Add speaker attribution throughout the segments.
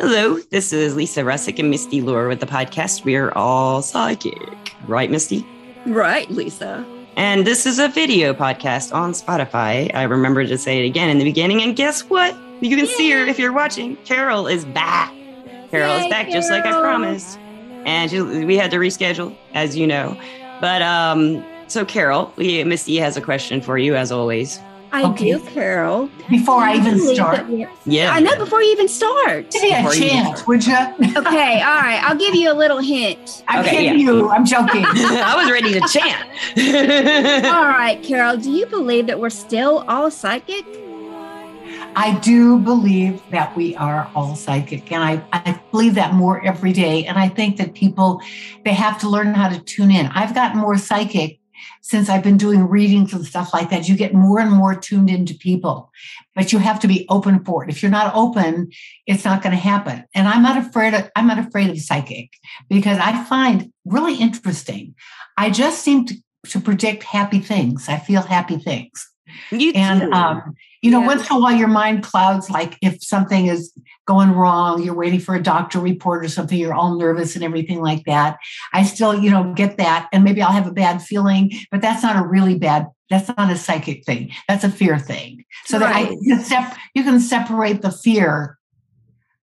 Speaker 1: Hello, this is Lisa Russick and Misty Lure with the podcast We Are All Psychic. Right, Misty?
Speaker 2: Right, Lisa.
Speaker 1: And this is a video podcast on Spotify. I remembered to say it again in the beginning. And guess what? You can see her if you're watching. Carol is back. Carol is
Speaker 2: Yay,
Speaker 1: back, just like I
Speaker 2: Carol.
Speaker 1: promised. And she- we had to reschedule, as you know. But um, so, Carol, we, Misty has a question for you, as always.
Speaker 2: I
Speaker 3: Okay.
Speaker 2: do, Carol.
Speaker 3: before I even
Speaker 2: Lisa,
Speaker 3: start.
Speaker 2: yeah.
Speaker 1: Yeah.
Speaker 2: I know before you even start.
Speaker 3: Give me a
Speaker 1: Before you
Speaker 3: chance,
Speaker 1: start.
Speaker 3: would you?
Speaker 2: Okay, all right. I'll give you a little hint.
Speaker 3: I'm
Speaker 1: Okay,
Speaker 3: kidding
Speaker 1: yeah.
Speaker 3: you. I'm joking.
Speaker 1: I was ready to chant.
Speaker 2: All right, Carol, do you believe that we're still all psychic?
Speaker 3: I do believe that we are all psychic, and I, I believe that more every day. And I think that people they have to learn how to tune in. I've gotten more psychic since I've been doing readings and stuff like that. You get more and more tuned into people, but you have to be open for it. If you're not open, it's not going to happen. And I'm not afraid. Of, I'm not afraid of psychic because I find really interesting. I just seem to, to predict happy things. I feel happy things.
Speaker 1: you
Speaker 3: And
Speaker 1: too.
Speaker 3: um, you know,
Speaker 2: Yeah.
Speaker 3: once in a while your mind clouds, like if something is going wrong, you're waiting for a doctor report or something, you're all nervous and everything like that. I still, you know, get that. And maybe I'll have a bad feeling, but that's not a really bad, that's not a psychic thing. That's a fear thing. So that I
Speaker 2: Right.
Speaker 3: you, sep- you can separate the fear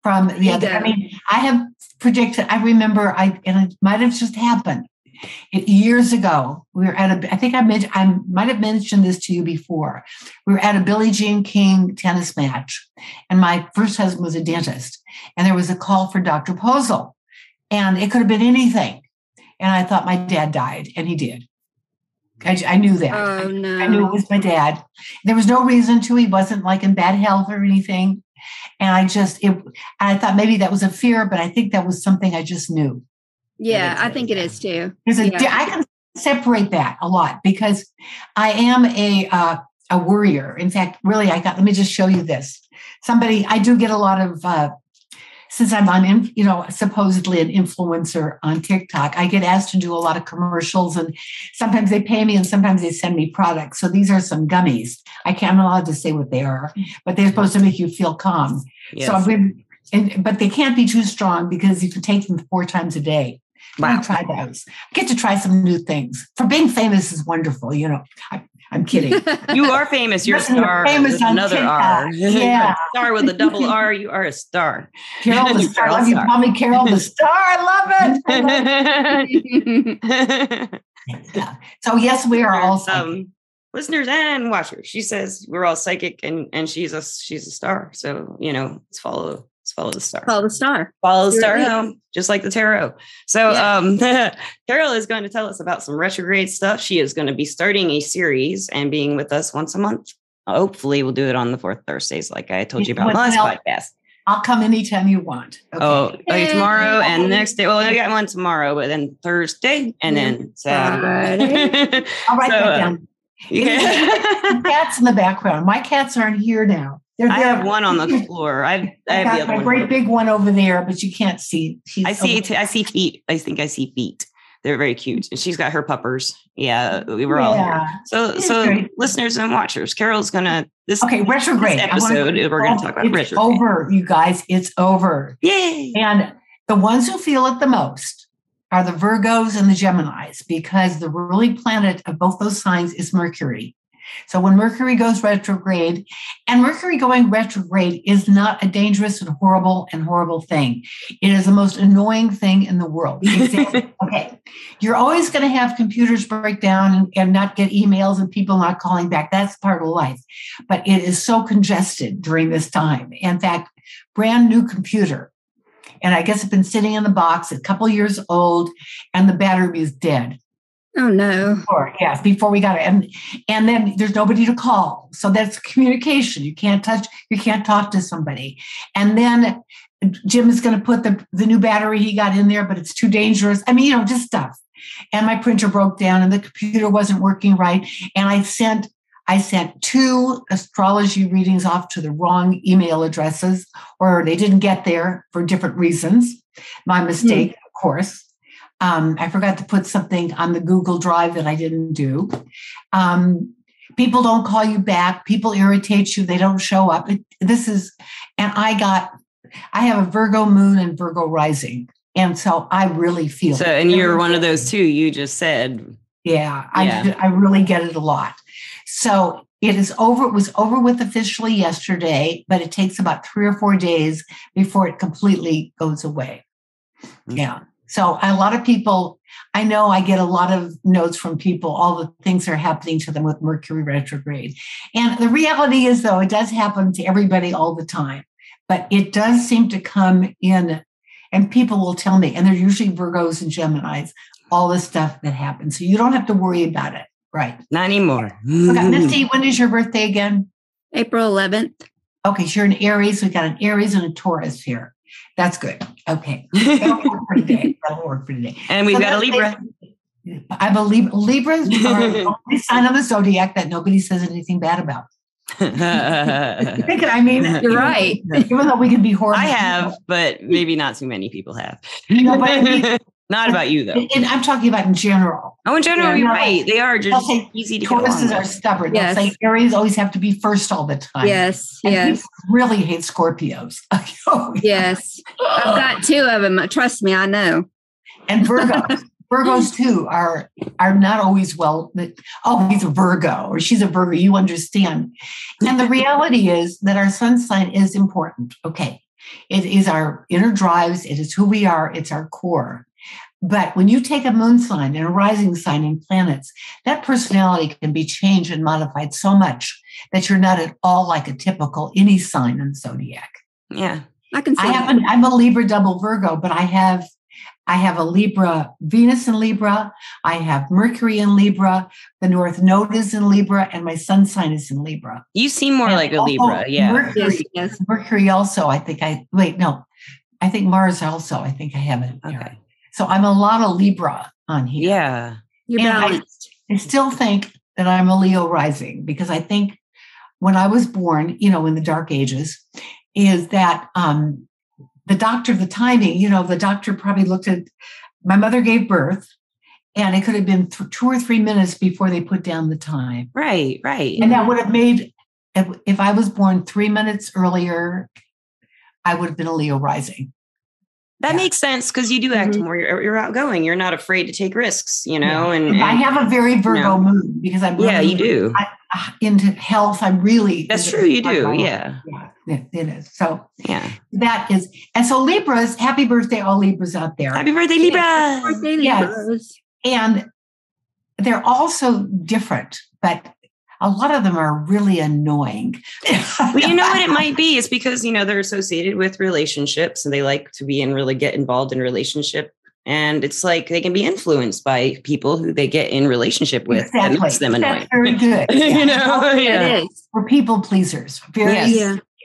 Speaker 3: from the other. I
Speaker 2: Ego.
Speaker 3: mean, I have predicted, I remember I and it might have just happened. It, years ago, we were at a. I think I mentioned. I might have mentioned this to you before we were at a Billie Jean King tennis match, and my first husband was a dentist, and there was a call for Dr. Posel, and it could have been anything. And I thought my dad died, and he did. I, I knew that.
Speaker 2: Oh,
Speaker 3: I knew it
Speaker 2: no.
Speaker 3: was my dad. There was no reason to. He wasn't like in bad health or anything. And I just, it, I thought maybe that was a fear, but I think that was something I just knew.
Speaker 2: Yeah, I think it is too.
Speaker 3: There's a di-
Speaker 2: Yeah.
Speaker 3: I can separate that a lot because I am a uh, a worrier. In fact, really, I got. Let me just show you this. Somebody, I do get a lot of. Uh, since I'm on, in- you know, supposedly an influencer on TikTok, I get asked to do a lot of commercials, and sometimes they pay me, and sometimes they send me products. So these are some gummies. I can't, I'm allowed to say what they are, but they're supposed to make you feel calm.
Speaker 1: Yes.
Speaker 3: So I've been, and, but they can't be too strong because you can take them four times a day.
Speaker 1: Wow.
Speaker 3: I try those. Get to try some new things. For being famous is wonderful, you know. I, I'm kidding.
Speaker 1: You are famous. You're a
Speaker 3: Listen, you're
Speaker 1: star.
Speaker 3: famous
Speaker 1: with
Speaker 3: on
Speaker 1: another
Speaker 3: TikTok.
Speaker 1: R.
Speaker 3: Yeah.
Speaker 1: star with a double R. You are a star.
Speaker 3: Carol the Star. I love you
Speaker 1: Star.
Speaker 3: call me Carol the Star. I love it. I love
Speaker 2: yeah,
Speaker 3: it. Yeah. So yes, we are all psychic.
Speaker 1: um, listeners and watchers. She says we're all psychic, and and she's a she's a star. So you know, let's follow let's follow the star.
Speaker 2: call the star.
Speaker 1: Follow the
Speaker 2: You're
Speaker 1: star
Speaker 2: right.
Speaker 1: home, just like the tarot. So
Speaker 2: Yeah.
Speaker 1: um, Carol is going to tell us about some retrograde stuff. She is going to be starting a series and being with us once a month. Hopefully, we'll do it on the fourth Thursdays, like I told you about
Speaker 3: Well,
Speaker 1: last
Speaker 3: now-
Speaker 1: podcast.
Speaker 3: I'll come anytime you want. Okay.
Speaker 1: Oh,
Speaker 2: Yay.
Speaker 1: okay, tomorrow and next day. Well, I got one tomorrow, but then Thursday and then Saturday.
Speaker 3: I'll write
Speaker 1: so, uh,
Speaker 3: that down.
Speaker 1: yeah.
Speaker 3: Cats in the background. My cats aren't here now. They're
Speaker 1: I
Speaker 3: there.
Speaker 1: have one on the floor. I've, I
Speaker 3: I
Speaker 1: have
Speaker 3: got
Speaker 1: the
Speaker 3: my
Speaker 1: other
Speaker 3: great
Speaker 1: one.
Speaker 3: big one over there, but you can't see. She's
Speaker 1: I see.
Speaker 3: over-
Speaker 1: T- I see feet. I think I see feet. They're very cute. And she's got her puppers. Yeah, we were all here.
Speaker 3: Yeah.
Speaker 1: So,
Speaker 3: It's
Speaker 1: so
Speaker 3: great.
Speaker 1: listeners and watchers, Carol's gonna this
Speaker 3: Okay, retrograde.
Speaker 1: This
Speaker 3: I wanna-
Speaker 1: episode, we're gonna talk about
Speaker 3: it's
Speaker 1: retrograde.
Speaker 3: Over, you guys. It's over.
Speaker 1: Yay!
Speaker 3: And the ones who feel it the most are the Virgos and the Geminis because the ruling planet of both those signs is Mercury. So when Mercury goes retrograde, and Mercury going retrograde is not a dangerous and horrible and horrible thing. It is the most annoying thing in the world. Exactly. okay. You're always going to have computers break down and, and not get emails and people not calling back. That's part of life. But it is so congested during this time. In fact, brand new computer and I guess it's been sitting in the box, a couple years old, and the battery is dead.
Speaker 2: Oh, no.
Speaker 3: Or yes, before we got it, and and then there's nobody to call, so that's communication. You can't touch, you can't talk to somebody, and then Jim is going to put the the new battery he got in there, but it's too dangerous. I mean, you know, just stuff. And my printer broke down, and the computer wasn't working right, and I sent. I sent two astrology readings off to the wrong email addresses, or they didn't get there for different reasons. My mistake, of course. Um, I forgot to put something on the Google Drive that I didn't do. Um, people don't call you back. People irritate you. They don't show up. It- this is, and I got I have a Virgo moon and Virgo rising. And so I really feel
Speaker 1: So,
Speaker 3: it.
Speaker 1: and you're one of those two you just said.
Speaker 3: Yeah, I
Speaker 1: Yeah.
Speaker 3: do- I really get it a lot. So it is over. It was over with officially yesterday, but it takes about three or four days before it completely goes away.
Speaker 1: Mm.
Speaker 3: Yeah. So a lot of people, I know I get a lot of notes from people, all the things that are happening to them with Mercury retrograde. And the reality is, though, it does happen to everybody all the time, but it does seem to come in, and people will tell me, and they're usually Virgos and Geminis, all the stuff that happens. So you don't have to worry about it. Right.
Speaker 1: Not anymore.
Speaker 3: Okay, Misty, when is your birthday again?
Speaker 2: April 11th.
Speaker 3: Okay, so you're an Aries. We got an Aries and a Taurus here. That's good. Okay. That'll work for today. That'll work for today.
Speaker 1: and we've
Speaker 3: So
Speaker 1: got a
Speaker 3: that's
Speaker 1: Libra.
Speaker 3: basically- I believe Libras are the only sign of the zodiac that nobody says anything bad about.
Speaker 1: I
Speaker 3: I mean,
Speaker 2: You're right.
Speaker 3: Even though we can be horrible.
Speaker 1: have, but maybe not too many people have.
Speaker 3: No, but I mean-
Speaker 1: not about you though.
Speaker 3: people. And I'm talking about in general.
Speaker 1: Oh, in general,
Speaker 2: Yeah,
Speaker 1: you're
Speaker 3: no.
Speaker 1: right. They are just
Speaker 3: Okay,
Speaker 1: easy to get along
Speaker 3: Tauruses are
Speaker 1: with.
Speaker 3: stubborn. They'll
Speaker 2: Yes.
Speaker 3: say Aries always have to be first all the time.
Speaker 2: Yes,
Speaker 3: And
Speaker 2: yes,
Speaker 3: people really hate Scorpios. Oh,
Speaker 2: yes. I've got two of them. Trust me, I know.
Speaker 3: and Virgos. Virgos too are are not always well. that, Oh, he's a Virgo or she's a Virgo. You understand. And the reality is that our sun sign is important. Okay, it is our inner drives. It is who we are. It's our core. But when you take a moon sign and a rising sign and planets, that personality can be changed and modified so much that you're not at all like a typical any sign in the zodiac.
Speaker 1: Yeah.
Speaker 2: I can see.
Speaker 3: I
Speaker 2: that.
Speaker 3: haven't. I'm a Libra double Virgo, but I have, I have a Libra Venus in Libra. I have Mercury in Libra. The North Node is in Libra, and my Sun sign is in Libra.
Speaker 1: You seem more
Speaker 3: And
Speaker 1: like a
Speaker 3: also
Speaker 1: Libra. Yeah.
Speaker 2: Yes,
Speaker 3: Mercury,
Speaker 2: yes.
Speaker 3: Mercury also. I think I wait. No, I think Mars also. I think I have it. there.
Speaker 1: Okay.
Speaker 3: So I'm a lot of Libra on here.
Speaker 1: Yeah.
Speaker 2: You're
Speaker 3: And I-
Speaker 2: balanced.
Speaker 3: I still think that I'm a Leo rising because I think when I was born, you know, in the dark ages, is that um, the doctor, the timing, you know, the doctor probably looked at my mother gave birth and it could have been th- two or three minutes before they put down the time.
Speaker 1: Right. Right.
Speaker 3: And that would have made, if if I was born three minutes earlier, I would have been a Leo rising.
Speaker 1: That
Speaker 3: Yeah. Mm-hmm.
Speaker 1: makes sense because you do act
Speaker 2: Mhm.
Speaker 1: more. You're, you're outgoing. You're not afraid to take risks, you know. And,
Speaker 3: I
Speaker 1: and-
Speaker 3: have a very Virgo moon because I'm
Speaker 1: Mm-hmm. yeah,
Speaker 3: really uh,
Speaker 1: you do.
Speaker 3: into health. I'm really
Speaker 1: That's
Speaker 3: into
Speaker 1: true. You
Speaker 3: health.
Speaker 1: do. Yeah.
Speaker 3: Yeah, it- it is. So
Speaker 1: Yeah.
Speaker 3: that is, and so Libras, happy birthday, all Libras out there.
Speaker 1: Happy birthday,
Speaker 2: Or
Speaker 1: Libra.
Speaker 2: daily
Speaker 3: Yes.
Speaker 2: bros.
Speaker 3: And they're all so different, but a lot of them are really annoying.
Speaker 1: Well, you know what it might be? It's because, you know, they're associated with relationships and they like to be and really get involved in relationship. And it's like they can be influenced by people who they get in relationship with that makes them annoying.
Speaker 3: That's very good.
Speaker 1: you
Speaker 3: Oh,
Speaker 1: know? Yeah.
Speaker 2: It is.
Speaker 3: We're people pleasers. Very,
Speaker 1: Yes.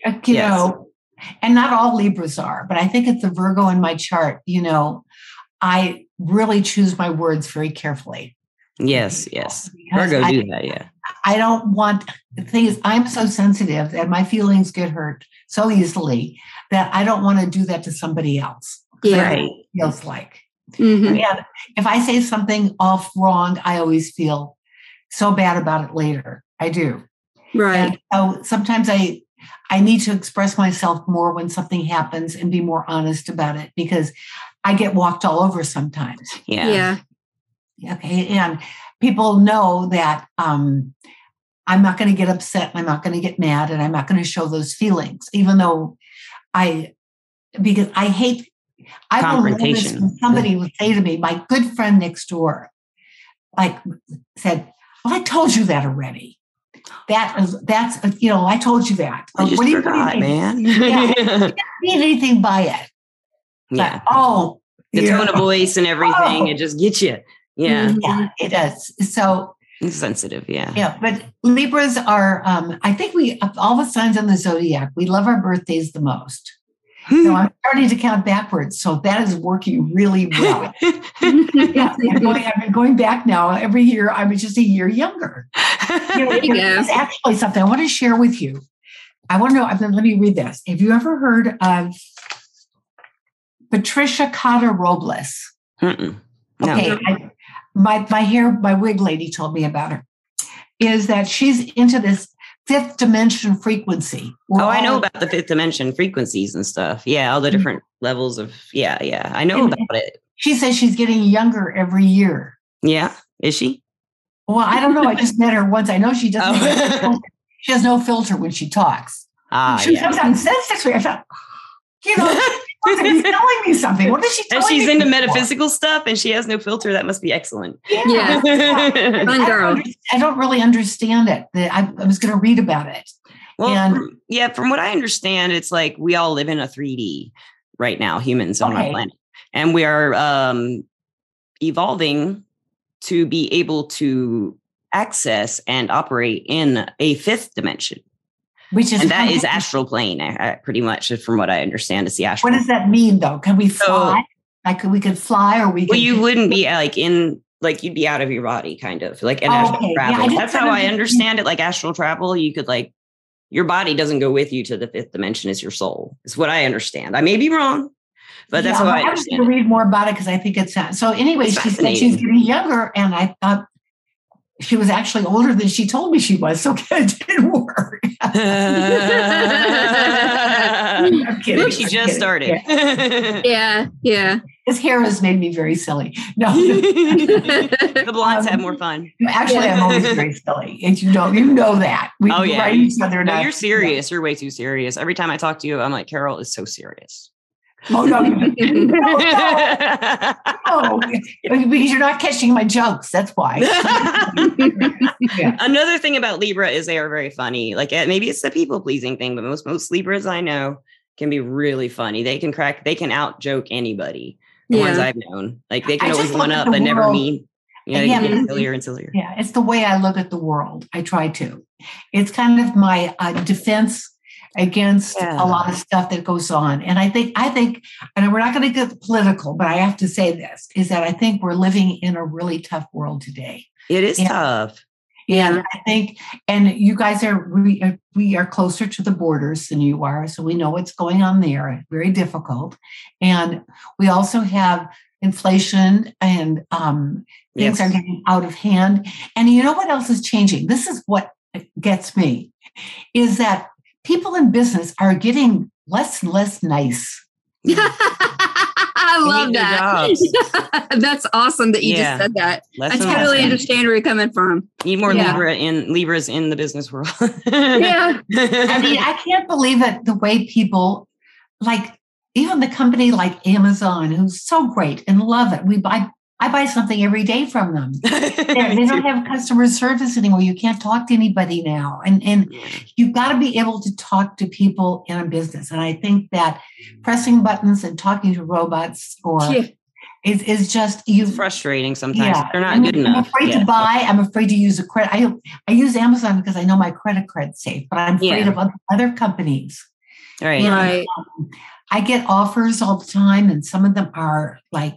Speaker 2: Yeah.
Speaker 3: uh, you
Speaker 1: Yes.
Speaker 3: know, and not all Libras are, but I think it's the Virgo in my chart. You know, I really choose my words very carefully.
Speaker 1: Yes. Yes.
Speaker 3: Because
Speaker 1: Virgo
Speaker 3: I
Speaker 1: do that. Yeah.
Speaker 3: I don't want the thing is I'm so sensitive and my feelings get hurt so easily that I don't want to do that to somebody else.
Speaker 2: Yeah.
Speaker 1: Right.
Speaker 3: Feels like.
Speaker 2: Mhm.
Speaker 3: And if I say something off wrong, I always feel so bad about it later. I do.
Speaker 2: Right.
Speaker 3: And so sometimes I I need to express myself more when something happens and be more honest about it because I get walked all over sometimes.
Speaker 1: Yeah.
Speaker 2: Yeah.
Speaker 3: Okay. And people know that um, I'm not going to get upset. I'm not going to get mad. And I'm not going to show those feelings, even though I, because I hate, I will notice
Speaker 1: Confrontation.
Speaker 3: when somebody would say to me, my good friend next door, like said, well, I told you that already. That is, that's, uh, you know, I told you that.
Speaker 1: I
Speaker 3: Or,
Speaker 1: just
Speaker 3: Oh, what do you- what do you
Speaker 1: forgot,
Speaker 3: mean?
Speaker 1: man.
Speaker 3: Yeah. You didn't mean anything by it. But,
Speaker 1: Yeah.
Speaker 3: oh,
Speaker 1: The
Speaker 3: yeah. Oh. Mm-hmm.
Speaker 1: tone of voice and everything, it just gets you. Yeah.
Speaker 2: Mhm.
Speaker 3: Yeah, it does. So
Speaker 1: It's sensitive. Yeah.
Speaker 3: Yeah, but Libras are, um, I think we, of all the signs on the zodiac, we love our birthdays the most. So I'm starting to count backwards. So that is working really well.
Speaker 2: Mm-hmm.
Speaker 3: yeah, I'm going, I've been going back now. Every year, I'm just a year younger. You know,
Speaker 2: There you go.
Speaker 3: It's actually something I want to share with you. I want to know, I've been- let me read this. Have you ever heard of Patricia Cotta Robles?
Speaker 1: Mm-mm. No.
Speaker 3: Okay, I, my my hair my wig lady told me about her. Is that she's into this fifth dimension frequency. We're
Speaker 1: Oh, I know
Speaker 3: all- Mm-hmm.
Speaker 1: about the fifth dimension frequencies and stuff. Yeah, all the different levels of yeah, yeah. I know
Speaker 3: And-
Speaker 1: about it.
Speaker 3: She says she's getting younger every year.
Speaker 1: Yeah. Is she?
Speaker 3: Well, I don't know. I just met her once. I know she doesn't.
Speaker 1: Oh.
Speaker 3: she has no filter when she talks.
Speaker 1: Ah,
Speaker 3: she "Oh,
Speaker 1: yeah.
Speaker 3: sometimes says this way. I thought, you know, she's telling me something. What is she?
Speaker 1: And
Speaker 3: telling
Speaker 1: she's
Speaker 3: me
Speaker 1: into
Speaker 3: for?
Speaker 1: metaphysical stuff and she has no filter. That must be excellent.
Speaker 2: Yeah.
Speaker 1: well,
Speaker 3: I
Speaker 2: Fun
Speaker 3: don't
Speaker 2: girl.
Speaker 3: under- I don't really understand it. The- I, I was going to read about it. And-
Speaker 1: from- yeah, from what I understand, it's like we all live in a 3D right now, humans on our
Speaker 3: Okay.
Speaker 1: planet. And we are um evolving to be able to access and operate in a fifth dimension.
Speaker 3: Which is
Speaker 1: and that is
Speaker 3: fun.
Speaker 1: astral plane, I- I- pretty much from what I understand. It's the astral.
Speaker 3: What does that mean, though? Can we
Speaker 1: So-
Speaker 3: fly? like we could fly, or we could.
Speaker 1: well, you wouldn't be uh, like in like you'd be out of your body, kind of like in
Speaker 3: Oh,
Speaker 1: astral
Speaker 3: okay. Yeah, I
Speaker 1: travel.
Speaker 3: just
Speaker 1: That's how I
Speaker 3: couldn't-
Speaker 1: understand it. Like astral travel, you could like your body doesn't go with you to the fifth dimension. It's your soul. Is what I understand. I may be wrong, but that's
Speaker 3: Yeah,
Speaker 1: how I
Speaker 3: well, I was going to
Speaker 1: understand. it.
Speaker 3: read more about it because I think it's uh, so. Anyway,
Speaker 1: It's
Speaker 3: she said she's
Speaker 1: fascinating.
Speaker 3: getting younger, and I thought she was actually older than she told me she was. So it didn't work.
Speaker 1: I
Speaker 3: I'm kidding.
Speaker 1: think she
Speaker 3: I'm
Speaker 1: just
Speaker 3: kidding.
Speaker 1: started.
Speaker 3: Yeah.
Speaker 2: Yeah. Yeah.
Speaker 3: This hair has made me very silly. No,
Speaker 1: the blondes
Speaker 3: Um,
Speaker 1: have more fun.
Speaker 3: actually, I'm always very silly, and you know, you know that. We
Speaker 1: Oh, yeah.
Speaker 3: write each other.
Speaker 1: No,
Speaker 3: enough.
Speaker 1: you're serious. You're way too serious. Every time I talk to you, I'm like, Carol is so serious.
Speaker 3: Oh no, you- no, because you're not catching my jokes. That's why. Yeah.
Speaker 1: Another thing about Libra is they are very funny. Like eh, maybe it's the people pleasing thing, but most most Libras I know can be really funny. They can crack. They can out joke anybody. The ones
Speaker 2: Yeah.
Speaker 1: I've known, like they can
Speaker 3: I just
Speaker 1: always
Speaker 3: look
Speaker 1: one
Speaker 3: at
Speaker 1: up
Speaker 3: the
Speaker 1: but never
Speaker 3: world.
Speaker 1: mean. You know, they
Speaker 3: Yeah,
Speaker 1: can get
Speaker 2: but-
Speaker 1: sillier and sillier.
Speaker 3: Yeah, it's the way I look at the world. I try to. It's kind of my uh, defense against
Speaker 1: Yeah.
Speaker 3: a lot of stuff that goes on. And I think, I think, and we're not going to get political, but I have to say this is that I think we're living in a really tough world today.
Speaker 1: It is
Speaker 3: Yeah.
Speaker 1: tough.
Speaker 3: And I think, and you guys are, we are, we are closer to the borders than you are. So we know what's going on there. Very difficult. And we also have inflation and um, things
Speaker 1: Yes.
Speaker 3: are getting out of hand. And you know what else is changing? This is what gets me is that people in business are getting less and less nice.
Speaker 2: I
Speaker 1: We
Speaker 2: love
Speaker 1: need new
Speaker 2: that. That's awesome that you
Speaker 1: Yeah.
Speaker 2: just said that.
Speaker 1: Less
Speaker 2: I
Speaker 1: and less
Speaker 2: totally
Speaker 1: than-
Speaker 2: understand where you're coming from.
Speaker 1: Need more
Speaker 3: Yeah.
Speaker 1: Libra in Libras in the business world.
Speaker 2: Yeah.
Speaker 3: I mean, I can't believe it the way people like even the company like Amazon, who's so great and love it. We buy I buy something every day from them. They they don't have customer service anymore. You can't talk to anybody now. And and you've got to be able to talk to people in a business. And I think that
Speaker 1: Mm.
Speaker 3: pressing buttons and talking to robots or
Speaker 2: Yeah.
Speaker 3: is, is just you
Speaker 1: It's frustrating sometimes. They're not
Speaker 3: I'm,
Speaker 1: good
Speaker 3: I'm
Speaker 1: enough.
Speaker 3: afraid
Speaker 1: Yeah.
Speaker 3: to buy. I'm afraid to use a credit. I I use Amazon because I know my credit card's safe, but I'm afraid
Speaker 1: Yeah.
Speaker 3: of other, other companies.
Speaker 1: All right.
Speaker 3: Yeah.
Speaker 2: Right.
Speaker 3: I get offers all the time, and some of them are like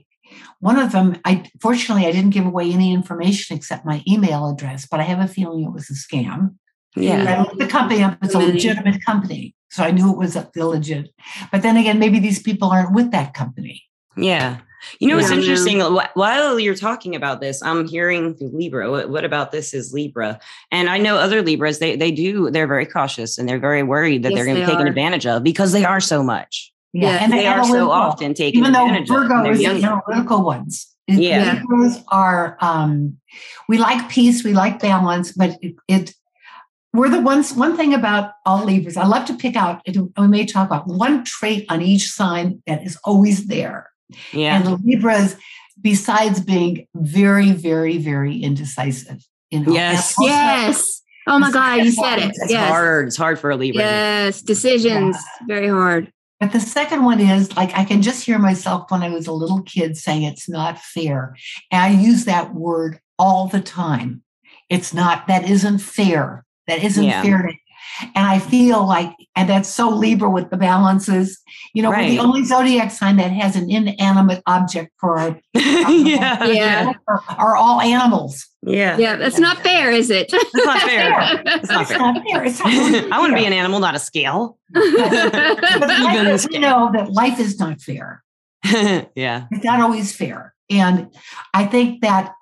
Speaker 3: one of them. I fortunately I didn't give away any information except my email address, but I have a feeling it was a scam.
Speaker 1: Yeah.
Speaker 3: And I looked the company up; it's a
Speaker 2: Really?
Speaker 3: legitimate company, so I knew it was illegit. But then again, maybe these people aren't with that company.
Speaker 1: Yeah. You know, it's
Speaker 2: Yeah.
Speaker 1: interesting. wh- While you're talking about this, I'm hearing through Libra. What, what about this is Libra? And I know other Libras, they, they do, they're very cautious and they're very worried that
Speaker 2: Yes,
Speaker 1: they're going to
Speaker 2: they
Speaker 1: be taken
Speaker 2: are.
Speaker 1: advantage of because they are so much.
Speaker 2: Yeah,
Speaker 1: They, are so
Speaker 3: analytical.
Speaker 1: often taken
Speaker 3: even though
Speaker 1: advantage of. and
Speaker 3: Virgo
Speaker 1: they're
Speaker 3: is the
Speaker 1: younger.
Speaker 3: analytical ones.
Speaker 1: Yeah.
Speaker 3: Virgos are um, we like peace, we like balance, but it, it we're the ones. One thing about all Libras, I love to pick out. and We may talk about one trait on each sign that is always there,
Speaker 1: Yeah.
Speaker 3: and the Libras, besides being very, very, very indecisive, you know,
Speaker 1: Yes.
Speaker 3: and also-
Speaker 2: Yes. Oh my God, you said it.
Speaker 1: It's
Speaker 2: Yes.
Speaker 1: hard. It's hard for a Libra.
Speaker 2: Yes. Decisions. Very hard.
Speaker 3: But the second one is like I can just hear myself when I was a little kid saying it's not fair. And I use that word all the time. It's not, that isn't fair. That isn't
Speaker 1: Yeah.
Speaker 3: fair. And I feel like, and that's so Libra with the balances. You know, we're
Speaker 1: Right.
Speaker 3: the only zodiac sign that has an inanimate object for our,
Speaker 1: Oh, yeah.
Speaker 2: Yeah.
Speaker 3: are, are all animals.
Speaker 1: Yeah.
Speaker 2: Yeah. That's not fair, is it?
Speaker 1: It's not fair. It's not
Speaker 3: It's
Speaker 1: fair.
Speaker 3: not fair. It's not
Speaker 1: I want to be an animal, not a scale.
Speaker 3: But the fact
Speaker 1: even
Speaker 3: that we know that life is not fair.
Speaker 1: yeah.
Speaker 3: it's not always fair. And I think that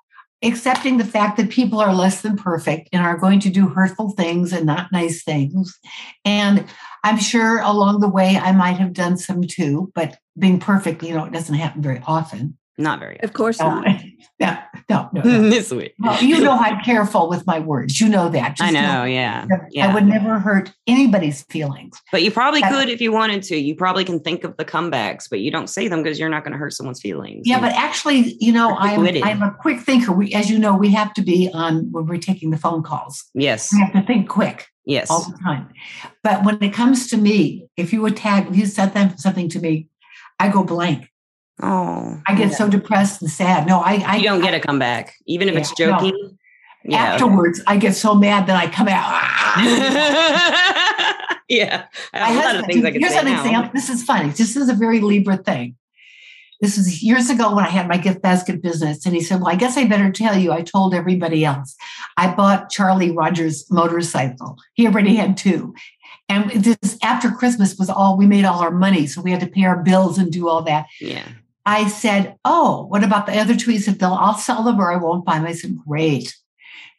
Speaker 3: accepting the fact that people are less than perfect and are going to do hurtful things and not nice things. And I'm sure along the way I might have done some too, but being perfect, you know, it doesn't happen very often.
Speaker 1: Not very.
Speaker 2: Of course
Speaker 3: No,
Speaker 2: not.
Speaker 3: no, no, no. no.
Speaker 1: this week.
Speaker 3: Well, you know I'm careful with my words. You know that.
Speaker 1: I
Speaker 3: Just
Speaker 1: know, yeah.
Speaker 3: that I
Speaker 1: Yeah.
Speaker 3: would never hurt anybody's feelings.
Speaker 1: But you probably
Speaker 3: That's-
Speaker 1: could if you wanted to. You probably can think of the comebacks, but you don't say them because you're not going to hurt someone's feelings.
Speaker 3: Yeah, but actually, you know,
Speaker 1: Or
Speaker 3: I'm
Speaker 1: quick-witted.
Speaker 3: I'm a quick thinker. We, as you know, we have to be on when we're taking the phone calls.
Speaker 1: yes,
Speaker 3: We have to think quick
Speaker 1: yes.
Speaker 3: all the time. But when it comes to me, if you attack, if you said them something to me, I go blank.
Speaker 1: Oh,
Speaker 3: I get so depressed and sad. No, I, I
Speaker 1: you don't get a comeback, even if it's
Speaker 3: Yeah, no.
Speaker 1: joking. Yeah.
Speaker 3: afterwards. I get so mad that I come out. "Ah."
Speaker 1: yeah. I
Speaker 3: My
Speaker 1: have a lot of
Speaker 3: husband,
Speaker 1: things I could
Speaker 3: here's
Speaker 1: say
Speaker 3: an
Speaker 1: now.
Speaker 3: example. This is funny. This is a very Libra thing. This is years ago when I had my gift basket business. And he said, Well, I guess I better tell you, I told everybody else. I bought Charlie Rogers' motorcycle. He already had two. And this after Christmas was all we made all our money. So we had to pay our bills and do all that.
Speaker 1: Yeah.
Speaker 3: I said, Oh, what about the other two? He said, They'll I'll sell them or I won't buy them. I said, Great.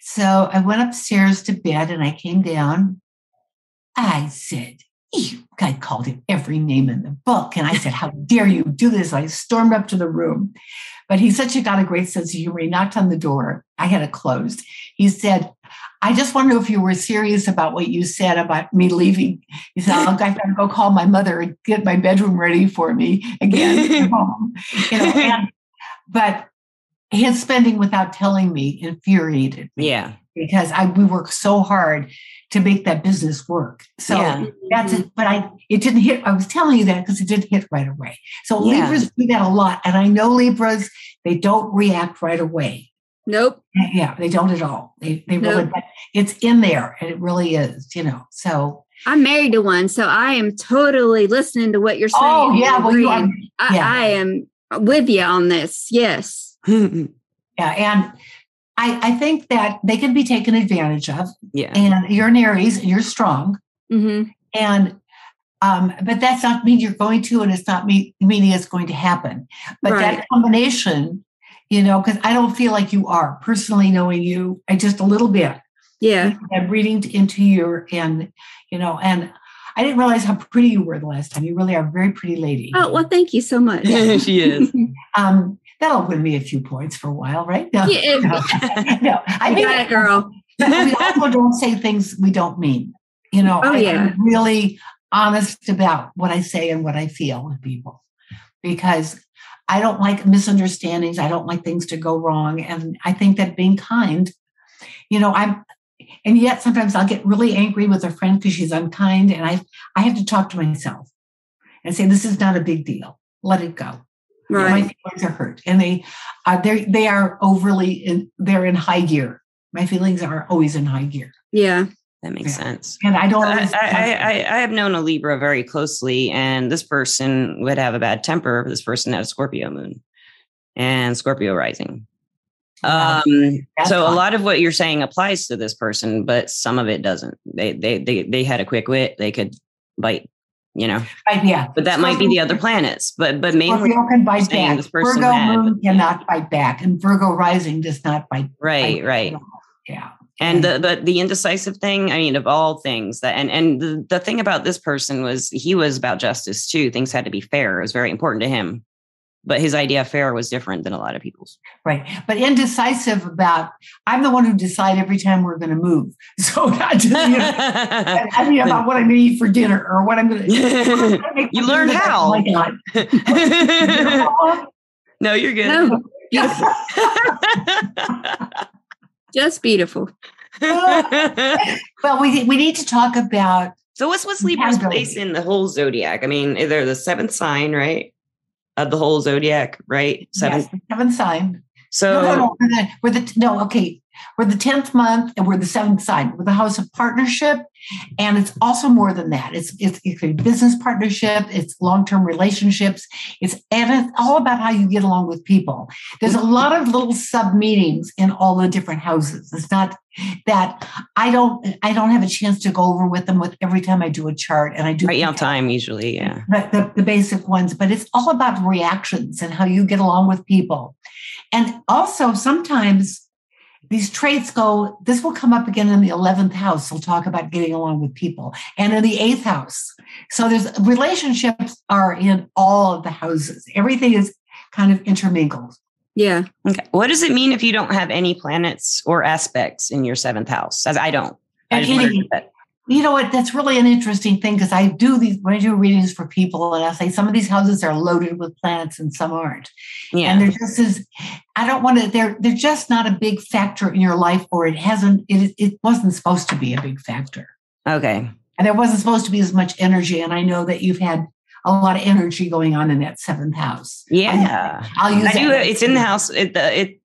Speaker 3: So I went upstairs to bed and I came down. I said, You guy called him every name in the book. And I said, How dare you do this? I stormed up to the room. But he said she got a great sense of humor. He knocked on the door. I had it closed. He said, I just wonder if you were serious about what you said about me leaving. He said, I've got to go call my mother and get my bedroom ready for me again. home you know, and, but his spending without telling me infuriated me
Speaker 1: Yeah.
Speaker 3: because I we worked so hard to make that business work. So
Speaker 1: Yeah.
Speaker 2: Mm-hmm.
Speaker 1: Mm-hmm.
Speaker 3: that's it. But I it didn't hit. I was telling you that because it didn't hit right away. So
Speaker 1: Yeah.
Speaker 3: Libras do that a lot, and I know Libras they don't react right away.
Speaker 2: Nope.
Speaker 3: Yeah, they don't at all. They they really,
Speaker 2: No.
Speaker 3: but it's in there, and it really is. You know, so
Speaker 2: I'm married to one, so I am totally listening to what you're saying.
Speaker 3: oh
Speaker 2: and
Speaker 3: yeah, well you are
Speaker 2: agreeing. I,
Speaker 3: yeah.
Speaker 2: I am with you on this. Yes.
Speaker 3: yeah, and I I think that they can be taken advantage of,
Speaker 1: yeah.
Speaker 3: and you're an Aries, and you're strong,
Speaker 2: Mm-hmm.
Speaker 3: and um, but that's not mean you're going to, and it's not mean, meaning it's going to happen. But
Speaker 2: Right.
Speaker 3: that combination, you know, because I don't feel like you are personally knowing you. I just a little bit.
Speaker 2: Yeah.
Speaker 3: I'm reading into your and you know, and I didn't realize how pretty you were the last time. You really are a very pretty lady.
Speaker 2: Oh well, thank you so much.
Speaker 1: Yeah, she is.
Speaker 3: Um, that'll win me a few points for a while, right? No,
Speaker 2: Yeah, it-
Speaker 3: no, no. I
Speaker 2: you
Speaker 3: mean,
Speaker 2: got it, girl.
Speaker 3: but we also don't say things we don't mean. You know,
Speaker 2: Oh,
Speaker 3: I-
Speaker 2: yeah.
Speaker 3: I'm really honest about what I say and what I feel with people because I don't like misunderstandings. I don't like things to go wrong. And I think that being kind, you know, I'm, and yet sometimes I'll get really angry with a friend because she's unkind. And I, I have to talk to myself and say, this is not a big deal. Let it go.
Speaker 2: Right.
Speaker 3: My feelings are hurt, and they uh, they they are overly in, they're in high gear. My feelings are always in high gear,
Speaker 2: Yeah.
Speaker 1: That makes
Speaker 3: Yeah.
Speaker 1: sense.
Speaker 3: and I don't.
Speaker 1: I,
Speaker 3: always-
Speaker 1: I, I, I have known a Libra very closely, and this person would have a bad temper. This person has Scorpio moon and Scorpio rising.
Speaker 3: Wow.
Speaker 1: Um,
Speaker 3: That's
Speaker 1: so a
Speaker 3: hot.
Speaker 1: lot of what you're saying applies to this person, but some of it doesn't. They they they they had a quick wit. They could bite, you know.
Speaker 3: Right, yeah,
Speaker 1: But that might be the other planets. But but mainly
Speaker 3: Scorpio can
Speaker 1: you're
Speaker 3: bite
Speaker 1: saying
Speaker 3: back.
Speaker 1: this person
Speaker 3: Virgo
Speaker 1: had,
Speaker 3: moon cannot bite back, and Virgo rising does not bite.
Speaker 1: right
Speaker 3: bite
Speaker 1: right.
Speaker 3: at all. Yeah.
Speaker 1: And the, the the indecisive thing, I mean, of all things that and and the, the thing about this person was he was about justice too. Things had to be fair. It was very important to him. But his idea of fair was different than a lot of people's.
Speaker 3: Right. But indecisive about, I'm the one who decide every time we're going to move. So not just, you know, I I mean, about what I'm going to eat for dinner or what I'm going to.
Speaker 1: You learned how.
Speaker 3: Oh my God.
Speaker 1: no, you're good.
Speaker 2: No. Beautiful. Just beautiful.
Speaker 3: Well, we, we need to talk about,
Speaker 1: so what's what's Libra's
Speaker 3: Compatibility.
Speaker 1: place in the whole zodiac? I mean, eh, they're the seventh sign, right? Of the whole zodiac, right? Seventh.
Speaker 3: yes, the seventh sign.
Speaker 1: So
Speaker 3: No, no, no. We're the, we're the no. Okay, we're the tenth month, and we're the seventh sign. We're the house of partnership, and it's also more than that. It's it's it's a business partnership. It's long term relationships. It's and it's all about how you get along with people. There's a lot of little sub meetings in all the different houses. It's not that I don't I don't have a chance to go over with them with every time I do a chart, and I do
Speaker 1: right you have time usually, yeah.
Speaker 3: the, the, the basic ones, but it's all about reactions and how you get along with people. And also, sometimes these traits go, this will come up again in the 11th house. We'll talk about getting along with people and in the eighth house. So there's relationships are in all of the houses. Everything is kind of intermingled.
Speaker 2: Yeah.
Speaker 1: Okay. What does it mean if you don't have any planets or aspects in your seventh house? As I don't. I
Speaker 3: And
Speaker 1: just wondered
Speaker 3: any-
Speaker 1: that.
Speaker 3: You know what? That's really an interesting thing because I do these when I do readings for people, and I say some of these houses are loaded with planets and some aren't.
Speaker 1: yeah.
Speaker 3: And they're just as I don't want to. They're they're just not a big factor in your life, or it hasn't. It it wasn't supposed to be a big factor,
Speaker 1: okay.
Speaker 3: and there wasn't supposed to be as much energy. And I know that you've had a lot of energy going on in that seventh house.
Speaker 1: Yeah.
Speaker 3: I'll use.
Speaker 1: I do.
Speaker 3: that.
Speaker 1: It's in the house. It, the, it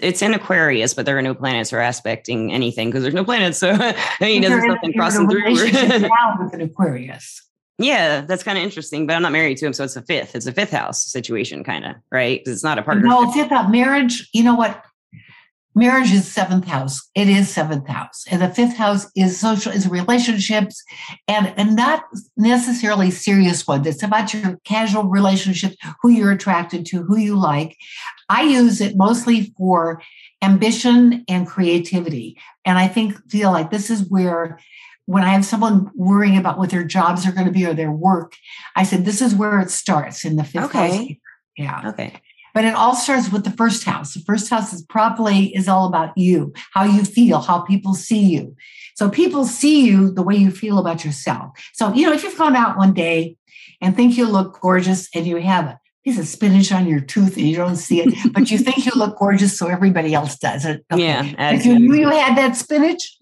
Speaker 1: it's in Aquarius, but there are no planets or aspecting anything because there's no planets. So I mean,
Speaker 3: You're
Speaker 1: there's
Speaker 3: in a-
Speaker 1: nothing
Speaker 3: you're in a
Speaker 1: crossing
Speaker 3: relationship
Speaker 1: through.
Speaker 3: now with an Aquarius.
Speaker 1: yeah, that's kind of interesting. But I'm not married to him, so it's a fifth. It's a fifth house situation, kind of right. 'Cause It's not a partnership.
Speaker 3: No, it's about marriage. You know what? Marriage is seventh house. It is seventh house, and the fifth house is social, is relationships, and and not necessarily serious ones. It's about your casual relationships, who you're attracted to, who you like. I use it mostly for ambition and creativity, and I think feel like this is where. When I have someone worrying about what their jobs are going to be or their work, I said, this is where it starts in the fifth house.
Speaker 1: Okay.
Speaker 3: Yeah
Speaker 1: Okay.
Speaker 3: but it all starts with the first house the first house is probably is all about you how you feel how people see you so people see you the way you feel about yourself so you know if you've gone out one day and think you look gorgeous and you have a piece of spinach on your tooth and you don't see it but you think you look gorgeous so everybody else does it Okay.
Speaker 1: Yeah.
Speaker 3: if
Speaker 1: as-
Speaker 3: you knew you had that spinach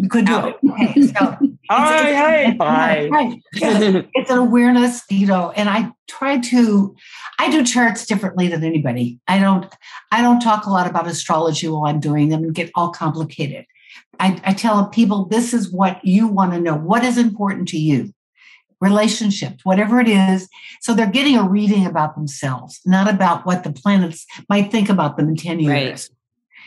Speaker 3: you could do it okay, so
Speaker 1: All right. Hey.
Speaker 3: Right. Yeah it's an awareness, you know, and I try to I do charts differently than anybody. I don't I don't talk a lot about astrology while I'm doing them and get all complicated. I, I tell people this is what you want to know, what is important to you, relationships, whatever it is. So they're getting a reading about themselves, not about what the planets might think about them in 10 years.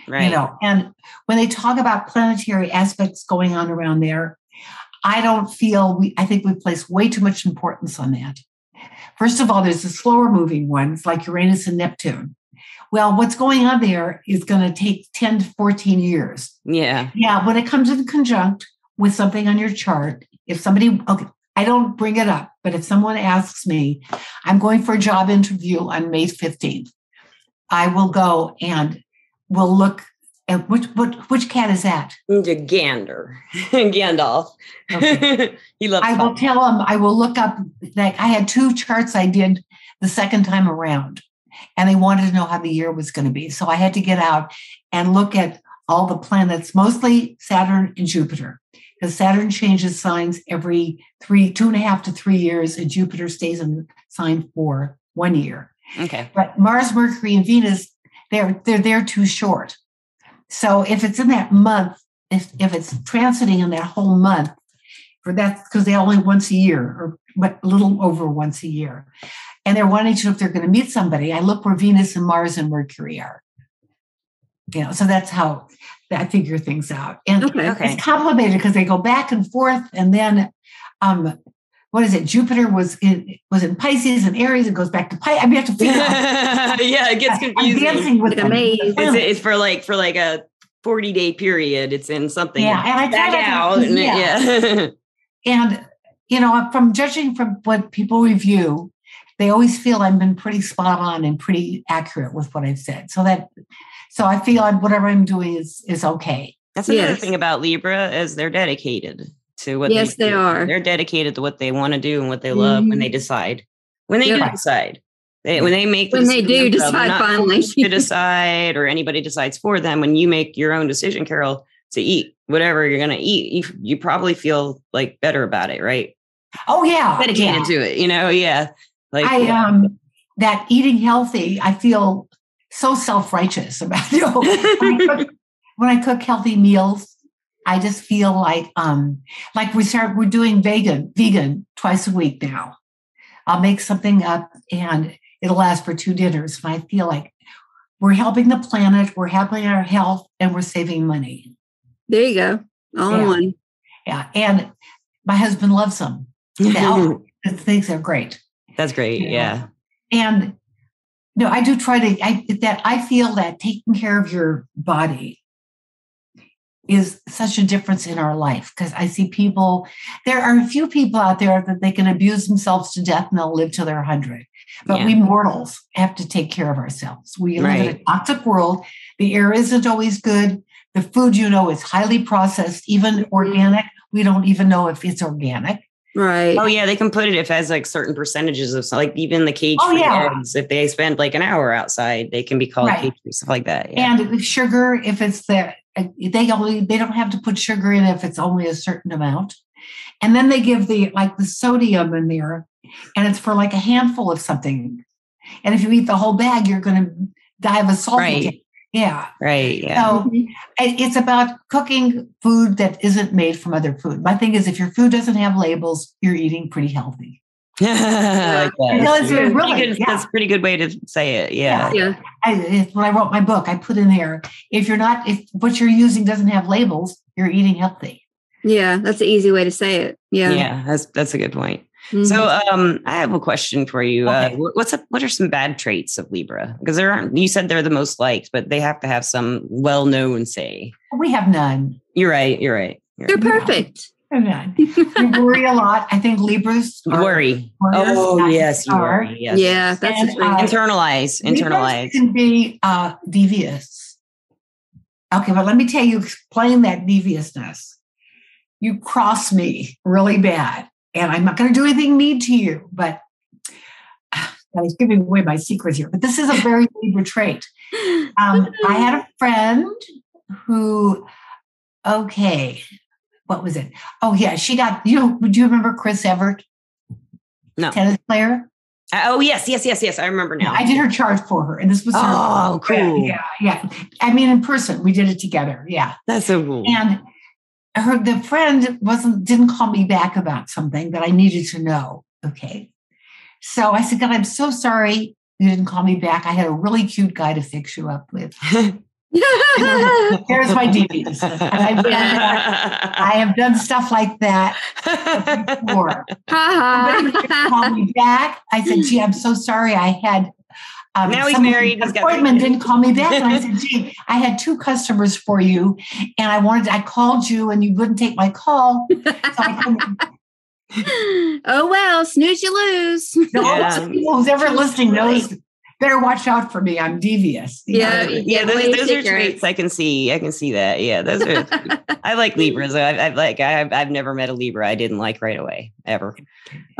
Speaker 1: Right. right.
Speaker 3: You know, and when they talk about planetary aspects going on around there, I don't feel we I think we place way too much importance on that. First of all, there's the slower moving ones like Uranus and Neptune. Well, what's going on there is going to take 10 to 14 years.
Speaker 1: Yeah.
Speaker 3: Yeah, when it comes in conjunct with something on your chart, if somebody okay, I don't bring it up, but if someone asks me, I'm going for a job interview on May 15th, I will go and will look at which which, which cat is that?
Speaker 1: The gander. Gandalf. he loves
Speaker 3: I
Speaker 1: fun.
Speaker 3: will tell them, I will look up, like, I had two charts I did the second time around, and they wanted to know how the year was going to be. So I had to get out and look at all the planets, mostly Saturn and Jupiter, because Saturn changes signs every three, two and a half to three years, and Jupiter stays in sign for one year.
Speaker 1: Okay.
Speaker 3: But Mars, Mercury, and Venus, they're they're they're too short. So if it's in that month, if if it's transiting in that whole month, for that's because they only once a year or but a little over once a year. And they're wanting to know if they're going to meet somebody. I look where Venus and Mars and Mercury are. You know, so that's how I figure things out. And
Speaker 2: Okay.
Speaker 1: Okay.
Speaker 3: it's complicated because they go back and forth and then um what is it jupiter was in was in pisces and aries and goes back to pisces i mean, I have to figure out
Speaker 1: yeah, it gets
Speaker 3: i'm
Speaker 1: confusing.
Speaker 3: dancing with
Speaker 2: Like a
Speaker 3: them.
Speaker 2: maze.
Speaker 1: It's, it's for like for like a 40 day period. It's in something.
Speaker 3: yeah and i try
Speaker 1: Back
Speaker 3: not to-
Speaker 1: out. and it-
Speaker 3: yeah.
Speaker 1: yeah.
Speaker 3: and you know from judging from what people review they always feel i've been pretty spot on and pretty accurate with what i've said so that so i feel i'm whatever i'm doing is is okay
Speaker 1: That's another
Speaker 2: Yes.
Speaker 1: thing about Libra is they're dedicated to what
Speaker 2: Yes, they
Speaker 1: do.
Speaker 2: are.
Speaker 1: They're dedicated to what they want to do and what they love when they decide. When they do
Speaker 2: Yep.
Speaker 1: decide. They, when they make the
Speaker 2: When they
Speaker 1: decision
Speaker 2: do
Speaker 1: themselves,
Speaker 2: decide
Speaker 1: they're not
Speaker 2: finally.
Speaker 1: to decide or anybody decides for them when you make your own decision carol to eat whatever you're going to eat you, you probably feel like better about it right
Speaker 3: oh yeah
Speaker 1: dedicated
Speaker 3: yeah.
Speaker 1: to it you know yeah like
Speaker 3: I um that eating healthy, I feel so self-righteous about you. know, when, I cook, when I cook healthy meals, I just feel like um like we start we're doing vegan vegan twice a week now. I'll make something up and it'll last for two dinners. And I feel like we're helping the planet, we're helping our health, and we're saving money.
Speaker 2: There you go. All
Speaker 3: Yeah.
Speaker 2: in one.
Speaker 3: Yeah. And my husband loves them. The things are great.
Speaker 1: that's great yeah
Speaker 3: And No, I do try to, I, that I feel that taking care of your body is such a difference in our life because I see people, there are a few people out there that they can abuse themselves to death and they'll live till they're 100. But
Speaker 1: Yeah.
Speaker 3: we mortals have to take care of ourselves. We live in a
Speaker 1: Right.
Speaker 3: toxic world. The air isn't always good. The food you know is highly processed, even
Speaker 1: Mm-hmm.
Speaker 3: organic. We don't even know if it's organic.
Speaker 4: Right.
Speaker 1: Oh yeah, they can put it if it has like certain percentages of like even the cage
Speaker 3: Oh,
Speaker 1: free
Speaker 3: yeah.
Speaker 1: eggs. If they spend like an hour outside, they can be called
Speaker 3: Right.
Speaker 1: cage free stuff like that. Yeah.
Speaker 3: And with sugar, if it's the they only they don't have to put sugar in if it's only a certain amount. And then they give the like the sodium in there, and it's for like a handful of something. And if you eat the whole bag, you're going to die of a salt.
Speaker 1: Right.
Speaker 3: attack. Yeah.
Speaker 1: right. Yeah.
Speaker 3: So it- it's about cooking food that isn't made from other food. My thing is, if your food doesn't have labels, you're eating pretty healthy.
Speaker 1: I guess.
Speaker 3: No, it's
Speaker 1: Pretty
Speaker 3: really-
Speaker 1: good-
Speaker 3: yeah.
Speaker 1: That's a pretty good way to say it.
Speaker 2: Mm-hmm.
Speaker 1: Yeah.
Speaker 4: Yeah.
Speaker 3: I, it's when I wrote my book, I put in there if you're not if what you're using doesn't have labels, you're eating healthy.
Speaker 4: Yeah. That's the easy way to say it.
Speaker 1: Yeah.
Speaker 4: Yeah.
Speaker 1: that's that's a good point.
Speaker 2: Mm-hmm.
Speaker 4: Mhm.
Speaker 1: So um I have a question for you.
Speaker 3: Mm-hmm. Okay.
Speaker 1: Uh, wh- what's up what are some bad traits of Libra? Because there aren't you said they're the most liked, but they have to have some well known say.
Speaker 3: We have none.
Speaker 1: You're right, you're right. You're
Speaker 4: they're
Speaker 1: right.
Speaker 4: perfect.
Speaker 3: We have none. we worry a lot. I think Libras are-
Speaker 1: Worry.
Speaker 3: Worriers,
Speaker 1: Oh
Speaker 3: not
Speaker 1: yes, you
Speaker 3: are.
Speaker 1: worry. Yes.
Speaker 4: Yeah. That's
Speaker 3: And,
Speaker 4: the truth.
Speaker 3: uh,
Speaker 1: Internalize,
Speaker 3: Libras
Speaker 1: internalize.
Speaker 3: can be uh, devious. Okay, but let me tell you, explain that deviousness. You cross me really bad, and I'm not going to do anything mean to you, but ah, I was giving away my secrets here. But this is a very Libra trait. Um,
Speaker 1: Mm-hmm.
Speaker 3: I had a friend who, okay, what was it? Oh yeah, she got you know. Do you remember Chris Everett?
Speaker 1: No.
Speaker 3: tennis player.
Speaker 1: Oh yes, yes, yes, yes. I remember now.
Speaker 3: I did her charge for her, and this was her.
Speaker 1: Oh, cool.
Speaker 3: Yeah, yeah. I mean, in person, we did it together. Yeah,
Speaker 1: That's so cool.
Speaker 3: and her the friend wasn't didn't call me back about something that I needed to know. Okay, so I said, God, I'm so sorry you didn't call me back. I had a really cute guy to fix you up with. Here's my devious. I've done, I have done stuff like that before. Somebody didn't
Speaker 4: Ha
Speaker 3: call me back. I said, "Gee, I'm so sorry. I had." Um,
Speaker 1: Now he's
Speaker 3: someone-
Speaker 1: married, he's got-
Speaker 3: appointment didn't call me back, and I said, "Gee, I had two customers for you, and I wanted. I called you, and you wouldn't take my call. So I couldn't-
Speaker 4: ha. Oh well, snooze you lose.
Speaker 3: no, all those
Speaker 1: Yeah.
Speaker 3: people who's ever listening knows. Better watch out for me. I'm devious. You
Speaker 4: Yeah,
Speaker 3: know?
Speaker 1: yeah,
Speaker 4: well,
Speaker 1: those,
Speaker 4: you
Speaker 1: those
Speaker 4: take
Speaker 1: are
Speaker 4: care of it.
Speaker 1: traits I can see. I can see that. Yeah, those are. I like Libras. I've, I've like I've, I've never met a Libra I didn't like right away ever.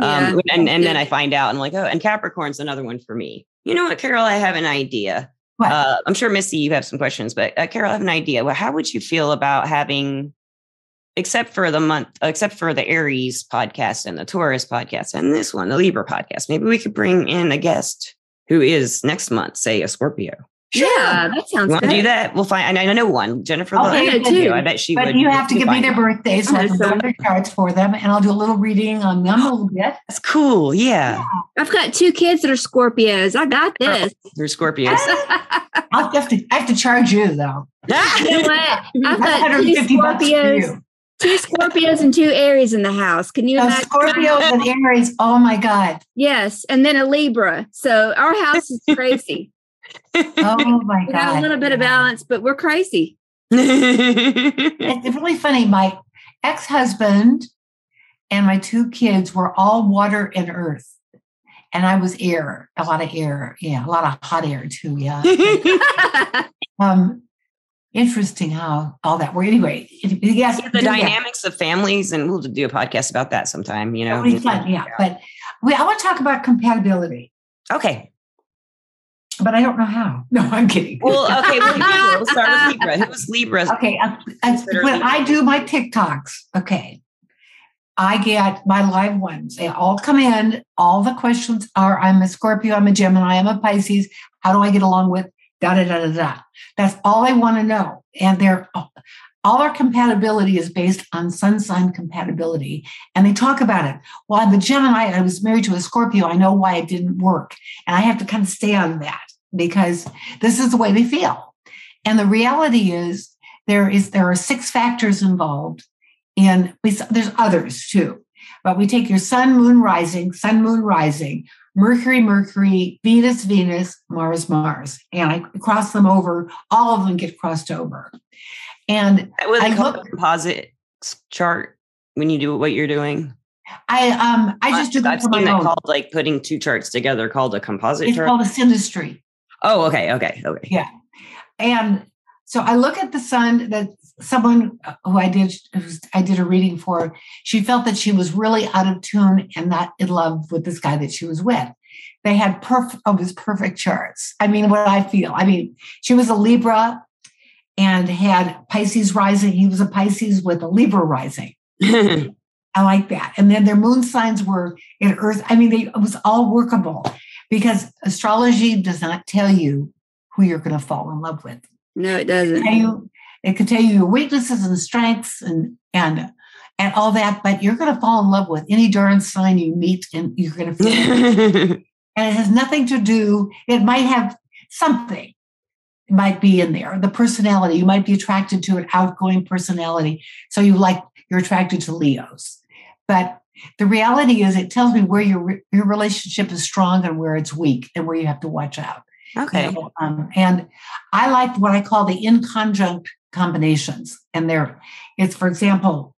Speaker 4: Yeah.
Speaker 1: Um, and and then
Speaker 4: Yeah.
Speaker 1: I find out and I'm like, oh, and Capricorn's another one for me. You know what, Carol? I have an idea.
Speaker 3: What?
Speaker 1: Uh, I'm sure Missy, you have some questions, but uh, Carol, I have an idea. Well, how would you feel about having, except for the month, uh, except for the Aries podcast and the Taurus podcast and this one, the Libra podcast? Maybe we could bring in a guest who is next month, say a Scorpio.
Speaker 4: Yeah, that sounds
Speaker 1: You want
Speaker 4: good.
Speaker 1: to do that? We'll find. I know one, Jennifer.
Speaker 3: Okay,
Speaker 1: Lawrence.
Speaker 4: I know too.
Speaker 1: I bet she
Speaker 3: But
Speaker 1: would.
Speaker 3: you have to
Speaker 1: We'll
Speaker 3: give me
Speaker 1: find
Speaker 3: their
Speaker 1: out.
Speaker 3: birthdays, so I can
Speaker 4: Okay, so-
Speaker 3: buy their cards for them, and I'll do a little reading on them a little bit.
Speaker 1: That's cool. Yeah,
Speaker 4: I've got two kids that are Scorpios. I got
Speaker 3: Oh,
Speaker 4: this.
Speaker 1: they're Scorpios.
Speaker 3: I'll have to. I have to charge you though.
Speaker 4: you know what? I've got two
Speaker 3: 150 bucks for
Speaker 4: Scorpios,
Speaker 3: you.
Speaker 4: two Scorpios, and two Aries in the house. Can you
Speaker 3: So
Speaker 4: imagine?
Speaker 3: Scorpios and Aries. Oh my God.
Speaker 4: Yes, and then a Libra. So our house is crazy.
Speaker 3: Oh my
Speaker 4: we
Speaker 3: God.
Speaker 4: got a little bit of balance, but we're crazy.
Speaker 3: It- It's really funny. My ex husband and my two kids were all water and earth. And I was air, a lot of air. Yeah, a lot of hot air too. Yeah.
Speaker 4: yeah,
Speaker 3: Um, interesting how all that worked. Anyway, it- yes,
Speaker 1: the
Speaker 3: do that.
Speaker 1: dynamics of families, and we'll do a podcast about that sometime. You know,
Speaker 3: That would be fun. Yeah. But we, I want to talk about compatibility,
Speaker 1: Okay.
Speaker 3: but I don't know how. No, I'm kidding.
Speaker 1: Well, okay. Well, yeah, we'll start with Libra. Who's Libra?
Speaker 3: Okay. I, I,
Speaker 1: Consider
Speaker 3: when
Speaker 1: it.
Speaker 3: I do my TikToks, okay, I get my live ones. They all come in. All the questions are I'm a Scorpio, I'm a Gemini, I'm a Pisces. How do I get along with da da da da da? That's all I want to know. And they're all our compatibility is based on sun sign compatibility. And they talk about it. Well, I'm a Gemini. I was married to a Scorpio. I know why it didn't work. And I have to kind of stay on that because this is the way they feel. And the reality is there is there are six factors involved and we, there's others too but we take your sun moon rising sun moon rising Mercury, Mercury, Venus, Venus, Mars, Mars. And I cross them over. All of them get crossed over. And
Speaker 1: That was
Speaker 3: I
Speaker 1: a
Speaker 3: look-
Speaker 1: composite s- chart when you do what you're doing.
Speaker 3: I um I just do them
Speaker 1: I've
Speaker 3: for
Speaker 1: seen
Speaker 3: my
Speaker 1: that
Speaker 3: own.
Speaker 1: called like putting two charts together called a composite
Speaker 3: It's
Speaker 1: chart.
Speaker 3: called a synastry.
Speaker 1: oh, okay, okay, okay.
Speaker 3: And so I look at the sun that someone uh, who I did who's I did a reading for, she felt that she was really out of tune and not in love with this guy that she was with. They had perfect of his perfect charts. I mean, what I feel. I mean, she was a Libra and had Pisces rising. He was a Pisces with a Libra rising. I like that. And then their moon signs were in Earth. I mean, they, it was all workable because astrology does not tell you who you're going to fall in love with
Speaker 4: No, it doesn't.
Speaker 3: tell you it could tell you your weaknesses and strengths and and and all that but you're going to fall in love with any darn sign you meet and you're going to feel and it has nothing to do it might have something might be in there the personality you might be attracted to an outgoing personality so you like you're attracted to leos but the reality is it tells me where your re- your relationship is strong and where it's weak and where you have to watch out
Speaker 1: okay.
Speaker 3: so, um, and I like what I call the inconjunct combinations. And there, it's for example,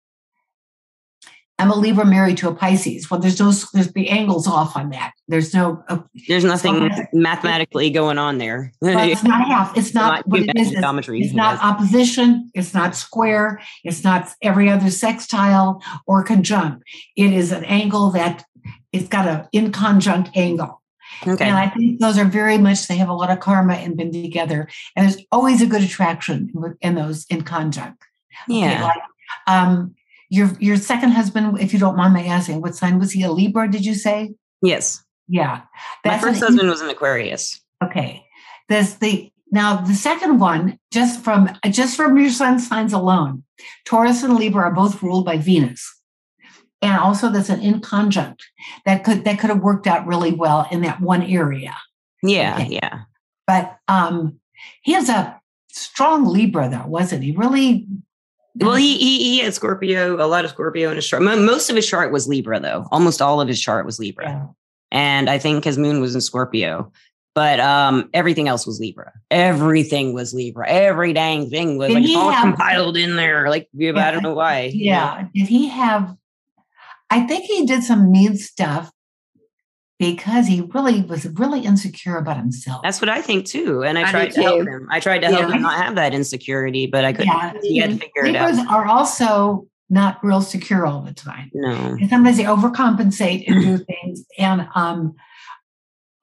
Speaker 3: I'm a Libra married to a Pisces. Well, there's no, there's the angles off on that. There's no, uh,
Speaker 1: There's nothing
Speaker 3: Okay.
Speaker 1: mathematically going on there.
Speaker 3: well, it's not half. It's not what it is. It's,
Speaker 1: geometry.
Speaker 3: it's not opposition. It's not square. It's not every other sextile or conjunct. It is an angle that it's got an inconjunct angle.
Speaker 1: okay.
Speaker 3: And I think those are very much, they have a lot of karma and been together. And there's always a good attraction with- in those in conjunct. Okay,
Speaker 1: yeah.
Speaker 3: like, um, your your second husband, if you don't mind my asking, what sign was he? A Libra, did you say?
Speaker 1: Yes.
Speaker 3: Yeah.
Speaker 1: My
Speaker 3: That's
Speaker 1: first
Speaker 3: an-
Speaker 1: husband was an Aquarius.
Speaker 3: Okay. This the now the second one, just from just from your sun signs alone, Taurus and Libra are both ruled by Venus. And also that's an in conjunct that could that could have worked out really well in that one area.
Speaker 1: Yeah.
Speaker 3: Okay.
Speaker 1: Yeah.
Speaker 3: but um he was a strong libra though wasn't he really
Speaker 1: Well, he, he he had Scorpio, a lot of Scorpio in his chart. Mo- Most of his chart was Libra, though. Almost all of his chart was Libra,
Speaker 3: Yeah.
Speaker 1: and I think his moon was in Scorpio. But um, everything else was Libra. Everything was Libra. Every dang thing was
Speaker 3: Did
Speaker 1: like, it's
Speaker 3: he
Speaker 1: all
Speaker 3: have-
Speaker 1: compiled in there. Like I don't know why.
Speaker 3: yeah did he have i think he did some mean stuff because he really was really insecure about himself
Speaker 1: That's what I think too. And I,
Speaker 4: I
Speaker 1: tried
Speaker 4: do
Speaker 1: to help
Speaker 4: too.
Speaker 1: him. I tried to help
Speaker 4: Yeah.
Speaker 1: him not have that insecurity, but I couldn't.
Speaker 3: yeah
Speaker 1: He had to figure it
Speaker 3: libras
Speaker 1: out.
Speaker 3: are also not real secure all the time
Speaker 1: No.
Speaker 3: And sometimes they overcompensate and do things. And um,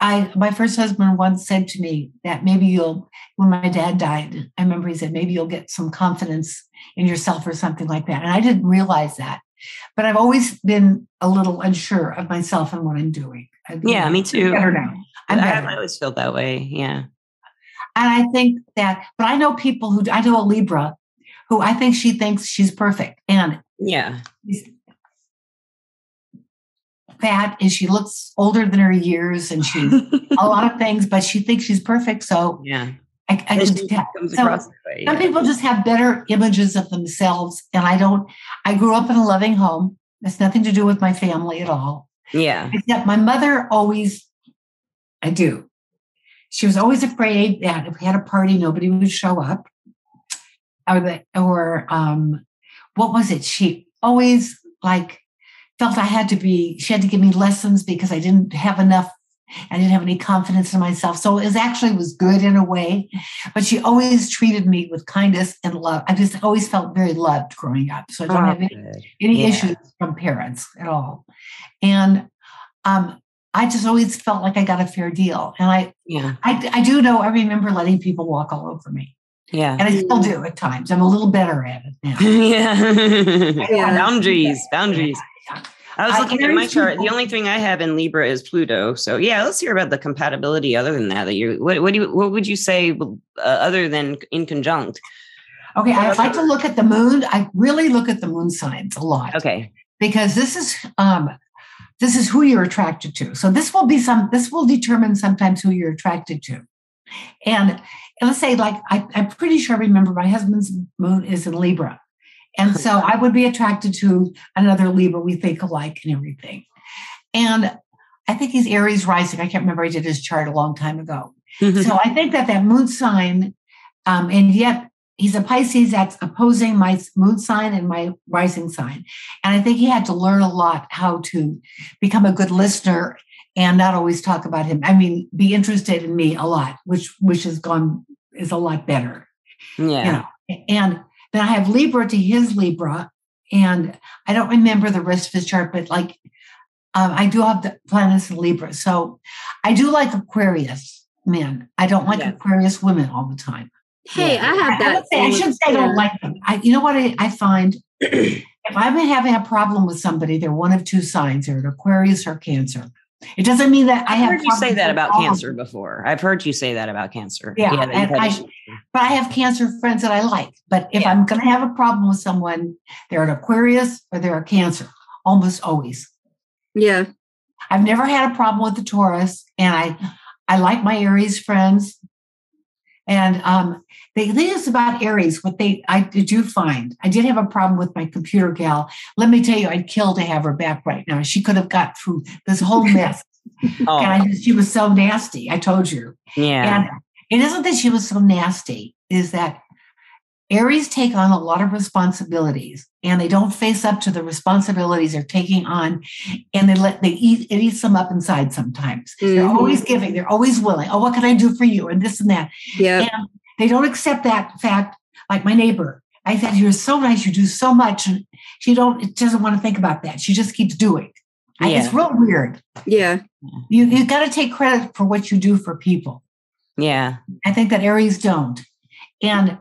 Speaker 3: I, my first husband once said to me that maybe you'll, when my dad died, I remember he said maybe you'll get some confidence in yourself or something like that. And I didn't realize that, but I've always been a little unsure of myself and what I'm doing. I-
Speaker 1: Yeah, me too.
Speaker 3: I'm better now.
Speaker 1: I,
Speaker 3: I'm better.
Speaker 1: I always felt that way. Yeah.
Speaker 3: And I think that, but I know people who I know a Libra, who I think she thinks she's perfect, and
Speaker 1: Yeah.
Speaker 3: fat and she looks older than her years and she's a lot of things, but she thinks she's perfect. So
Speaker 1: yeah.
Speaker 3: I, I
Speaker 1: It
Speaker 3: can tell.
Speaker 1: comes
Speaker 3: So,
Speaker 1: across that way,
Speaker 3: Some
Speaker 1: yeah.
Speaker 3: people just have better images of themselves. And I don't, I grew up in a loving home. It's nothing to do with my family at all.
Speaker 1: Yeah.
Speaker 3: Except my mother always, I do. She was always afraid that if we had a party, nobody would show up. Or that, or um, what was it? She always like felt I had to be, she had to give me lessons because I didn't have enough, I didn't have any confidence in myself. So it was actually was good in a way, but she always treated me with kindness and love. I just always felt very loved growing up. So I don't have any any
Speaker 1: Yeah.
Speaker 3: issues from parents at all. And um, I just always felt like I got a fair deal. And I,
Speaker 1: Yeah.
Speaker 3: I, I do know I remember letting people walk all over me,
Speaker 1: Yeah.
Speaker 3: and I still do at times. I'm a little better at it now.
Speaker 1: yeah.
Speaker 3: Yeah.
Speaker 1: Boundaries. Boundaries.
Speaker 3: Yeah.
Speaker 1: I was
Speaker 3: I-
Speaker 1: looking at
Speaker 3: very
Speaker 1: my chart. The
Speaker 3: simple.
Speaker 1: only thing I have in Libra is Pluto. So yeah, let's hear about the compatibility. Other than that, that you what, what do you what would you say uh, other than in conjunct?
Speaker 3: Okay, I like to look at the moon. I really look at the moon signs a lot
Speaker 1: Okay.
Speaker 3: because this is um, this is who you're attracted to. So this will be some. This will determine sometimes who you're attracted to. And let's say, like, I, I'm pretty sure I remember my husband's moon is in Libra. And so I would be attracted to another Libra we think alike and everything. And I think he's Aries rising. I can't remember. I did his chart a long time ago.
Speaker 1: Mm-hmm.
Speaker 3: so I think that that mood sign, um, and yet he's a Pisces that's opposing my mood sign and my rising sign. And I think he had to learn a lot how to become a good listener and not always talk about him. I mean, be interested in me a lot, which which has gone is a lot better.
Speaker 1: yeah.
Speaker 3: You know? And then I have Libra to his Libra, and I don't remember the rest of his chart, but like um, I do have the planets in Libra, so I do like Aquarius men. I don't like
Speaker 1: Yeah.
Speaker 3: Aquarius women all the time.
Speaker 4: Hey, I have
Speaker 3: I, I
Speaker 4: that.
Speaker 3: would say- I should say I don't like them. I, you know what I, I find? if I'm having a problem with somebody, they're one of two signs. They're an Aquarius or Cancer. It doesn't mean that I
Speaker 1: I've
Speaker 3: have
Speaker 1: heard you say
Speaker 3: problems
Speaker 1: that
Speaker 3: with
Speaker 1: about
Speaker 3: all of
Speaker 1: cancer
Speaker 3: them,
Speaker 1: before. I've heard you say that about cancer.
Speaker 3: Yeah,
Speaker 1: that you've
Speaker 3: and
Speaker 1: had
Speaker 3: I-
Speaker 1: issues.
Speaker 3: but I have Cancer friends that I like. But if I'm going to have a problem with someone, they're an Aquarius or they're a Cancer, almost always.
Speaker 4: yeah.
Speaker 3: I've never had a problem with the Taurus, and I I like my Aries friends. And um, the thing is about Aries, what they I did you find? I did have a problem with my computer gal. Let me tell you, I'd kill to have her back right now. She could have got through this whole mess,
Speaker 1: Oh,
Speaker 3: and I just, she was so nasty. I told you,
Speaker 1: yeah.
Speaker 3: and it isn't that she was so nasty; is that Aries take on a lot of responsibilities, and they don't face up to the responsibilities they're taking on, and they let they eat it eats them up inside sometimes. They're
Speaker 1: Mm-hmm.
Speaker 4: Mhm.
Speaker 3: always giving. They're always willing. Oh, what can I do for you? And this and that.
Speaker 4: Yeah.
Speaker 3: They don't accept that fact. Like my neighbor, I said, "You're so nice. You do so much." And she don't. It doesn't want to think about that. She just keeps doing. I- It's
Speaker 1: Yeah.
Speaker 3: real weird.
Speaker 4: Yeah.
Speaker 3: You you got to take credit for what you do for people.
Speaker 1: Yeah.
Speaker 3: I think that Aries don't. And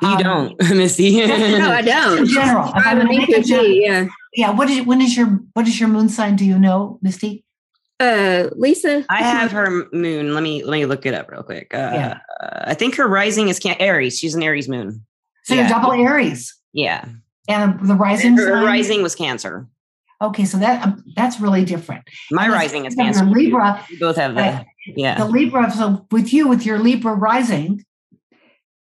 Speaker 1: You
Speaker 3: um,
Speaker 1: don't, Missy.
Speaker 4: No, I
Speaker 3: in
Speaker 4: don't.
Speaker 3: general, if I'm gonna make a general-
Speaker 4: ENFP, yeah.
Speaker 3: yeah. What is when is your what is your moon sign? Do you know, Misty?
Speaker 4: Uh, Lisa.
Speaker 1: I have her moon. Let me let me look it up real quick. Uh,
Speaker 3: Yeah.
Speaker 1: I think her rising is can- Aries. She's an Aries moon.
Speaker 3: So
Speaker 1: Yeah.
Speaker 3: you're double Aries
Speaker 1: Yeah.
Speaker 3: and the rising
Speaker 1: Her, her
Speaker 3: sign.
Speaker 1: rising was Cancer.
Speaker 3: Okay, so that um, that's really different.
Speaker 1: My
Speaker 3: And that's
Speaker 1: rising is
Speaker 3: because
Speaker 1: Cancer.
Speaker 3: you're Libra.
Speaker 1: We both have that. Yeah.
Speaker 3: The Libra, so with you, with your Libra rising,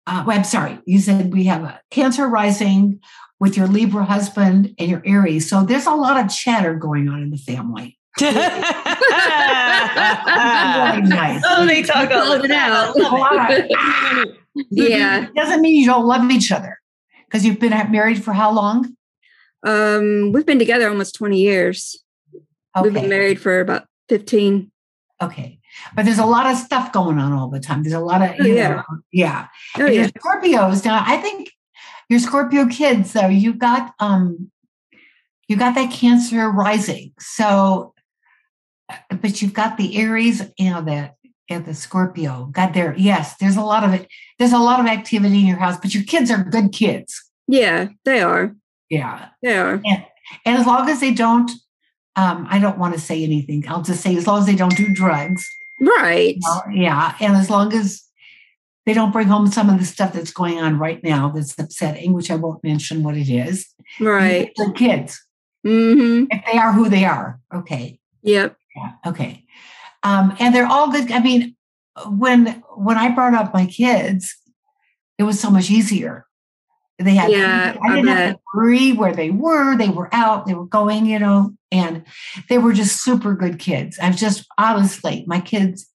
Speaker 3: uh, well, I'm sorry, you said we have a Cancer rising with your Libra husband and your Aries. So there's a lot of chatter going on in the family.
Speaker 1: oh, Uh,
Speaker 3: Really nice.
Speaker 1: they talk all
Speaker 4: Called
Speaker 1: the
Speaker 4: it out.
Speaker 3: A lot of-
Speaker 4: Yeah.
Speaker 3: It doesn't mean you don't love each other because you've been married for how long?
Speaker 4: Um, we've been together almost 20 years. We've been
Speaker 3: Okay.
Speaker 4: married for about 15.
Speaker 3: Okay. But there's a lot of stuff going on all the time. There's a lot of,
Speaker 4: Oh,
Speaker 3: you
Speaker 4: yeah.
Speaker 3: know, yeah.
Speaker 4: Oh,
Speaker 3: And
Speaker 4: yeah.
Speaker 3: Your Scorpios. Now, I think your Scorpio kids, though, you got um, you got that Cancer rising. So, uh, but you've got the Aries, you know that, and the Scorpio. Got there. Yes, there's a lot of it. There's a lot of activity in your house, but your kids are good kids.
Speaker 4: Yeah, they are.
Speaker 3: Yeah,
Speaker 4: They are.
Speaker 3: and as long as they don't, um, I don't want to say anything. I'll just say as long as they don't do drugs.
Speaker 4: Right.
Speaker 3: Well, yeah, and as long as they don't bring home some of the stuff that's going on right now that's upsetting, which I won't mention what it is.
Speaker 4: Right.
Speaker 3: The kids,
Speaker 4: Mm-hmm.
Speaker 3: if they are who they are. Okay.
Speaker 4: Yep.
Speaker 3: Yeah. Okay. Um, and they're all good. I mean, when when I brought up my kids, it was so much easier. They had
Speaker 4: Yeah,
Speaker 3: I
Speaker 4: I
Speaker 3: didn't have to worry where they were. They were out, they were going, you know, and they were just super good kids. I've just honestly, my kids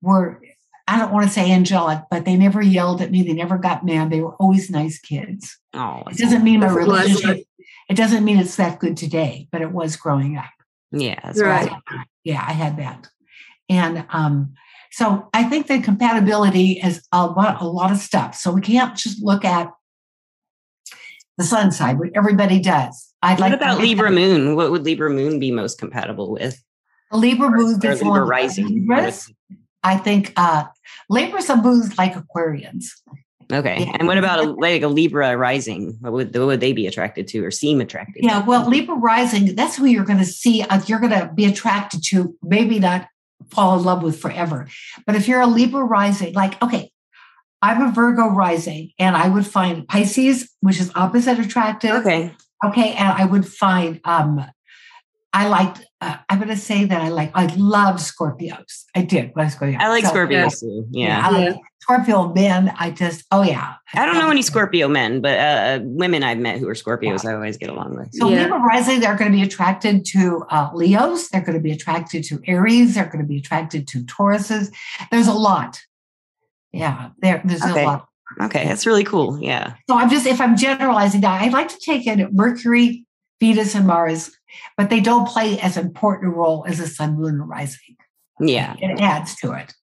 Speaker 3: were I don't want to say angelic, but they never yelled at me. They never got mad. They were always nice kids.
Speaker 1: Oh,
Speaker 3: It doesn't mean my
Speaker 4: That's a blessing.
Speaker 3: relationship. It doesn't mean it's that good today, but it was growing up.
Speaker 1: yeah, that's
Speaker 4: Right.
Speaker 3: Yeah, I had that, and um, so I think that compatibility is a lot, a lot of stuff. So we can't just look at the sun side, what everybody does. I'd
Speaker 1: What
Speaker 3: like
Speaker 1: about Libra Moon? What would Libra Moon be most compatible with?
Speaker 3: Libra
Speaker 1: Or-
Speaker 3: moon
Speaker 1: or
Speaker 3: gets
Speaker 1: Libra
Speaker 3: along with
Speaker 1: rising.
Speaker 3: Libras. I think uh, Libra's a moon like Aquarians.
Speaker 1: Okay.
Speaker 3: Yeah.
Speaker 1: And what about a, like a Libra rising? What would what would they be attracted to or seem attracted?
Speaker 3: Yeah, well, Libra rising, that's who you're going to see. uh, You're going to be attracted to, maybe not fall in love with forever. But if you're a Libra rising, like, okay, I'm a Virgo rising and I would find Pisces, which is opposite
Speaker 1: to?
Speaker 3: attractive.
Speaker 1: Okay.
Speaker 3: Okay. And I would find um, I liked, uh, I'm going to say that I like, I love Scorpios. I did. Love Scorpios.
Speaker 1: I like
Speaker 3: So-
Speaker 1: Scorpios too. Yeah.
Speaker 3: I like Scorpio men. I just, oh yeah.
Speaker 1: I don't know any Scorpio men, but uh, women I've met who are Scorpios, I always get along with.
Speaker 3: So
Speaker 4: Yeah.
Speaker 3: people rising, they're going to be attracted to uh, Leos. They're going to be attracted to Aries. They're going to be attracted to Tauruses. There's a lot. Yeah, there, there's
Speaker 1: Okay.
Speaker 3: a lot.
Speaker 1: Okay, that's really cool. Yeah.
Speaker 3: So I'm just, if I'm generalizing now, I'd like to take in Mercury, Venus, and Mars, but they don't play as important a role as the Sun, Moon, and Rising.
Speaker 1: Yeah.
Speaker 3: It adds to it.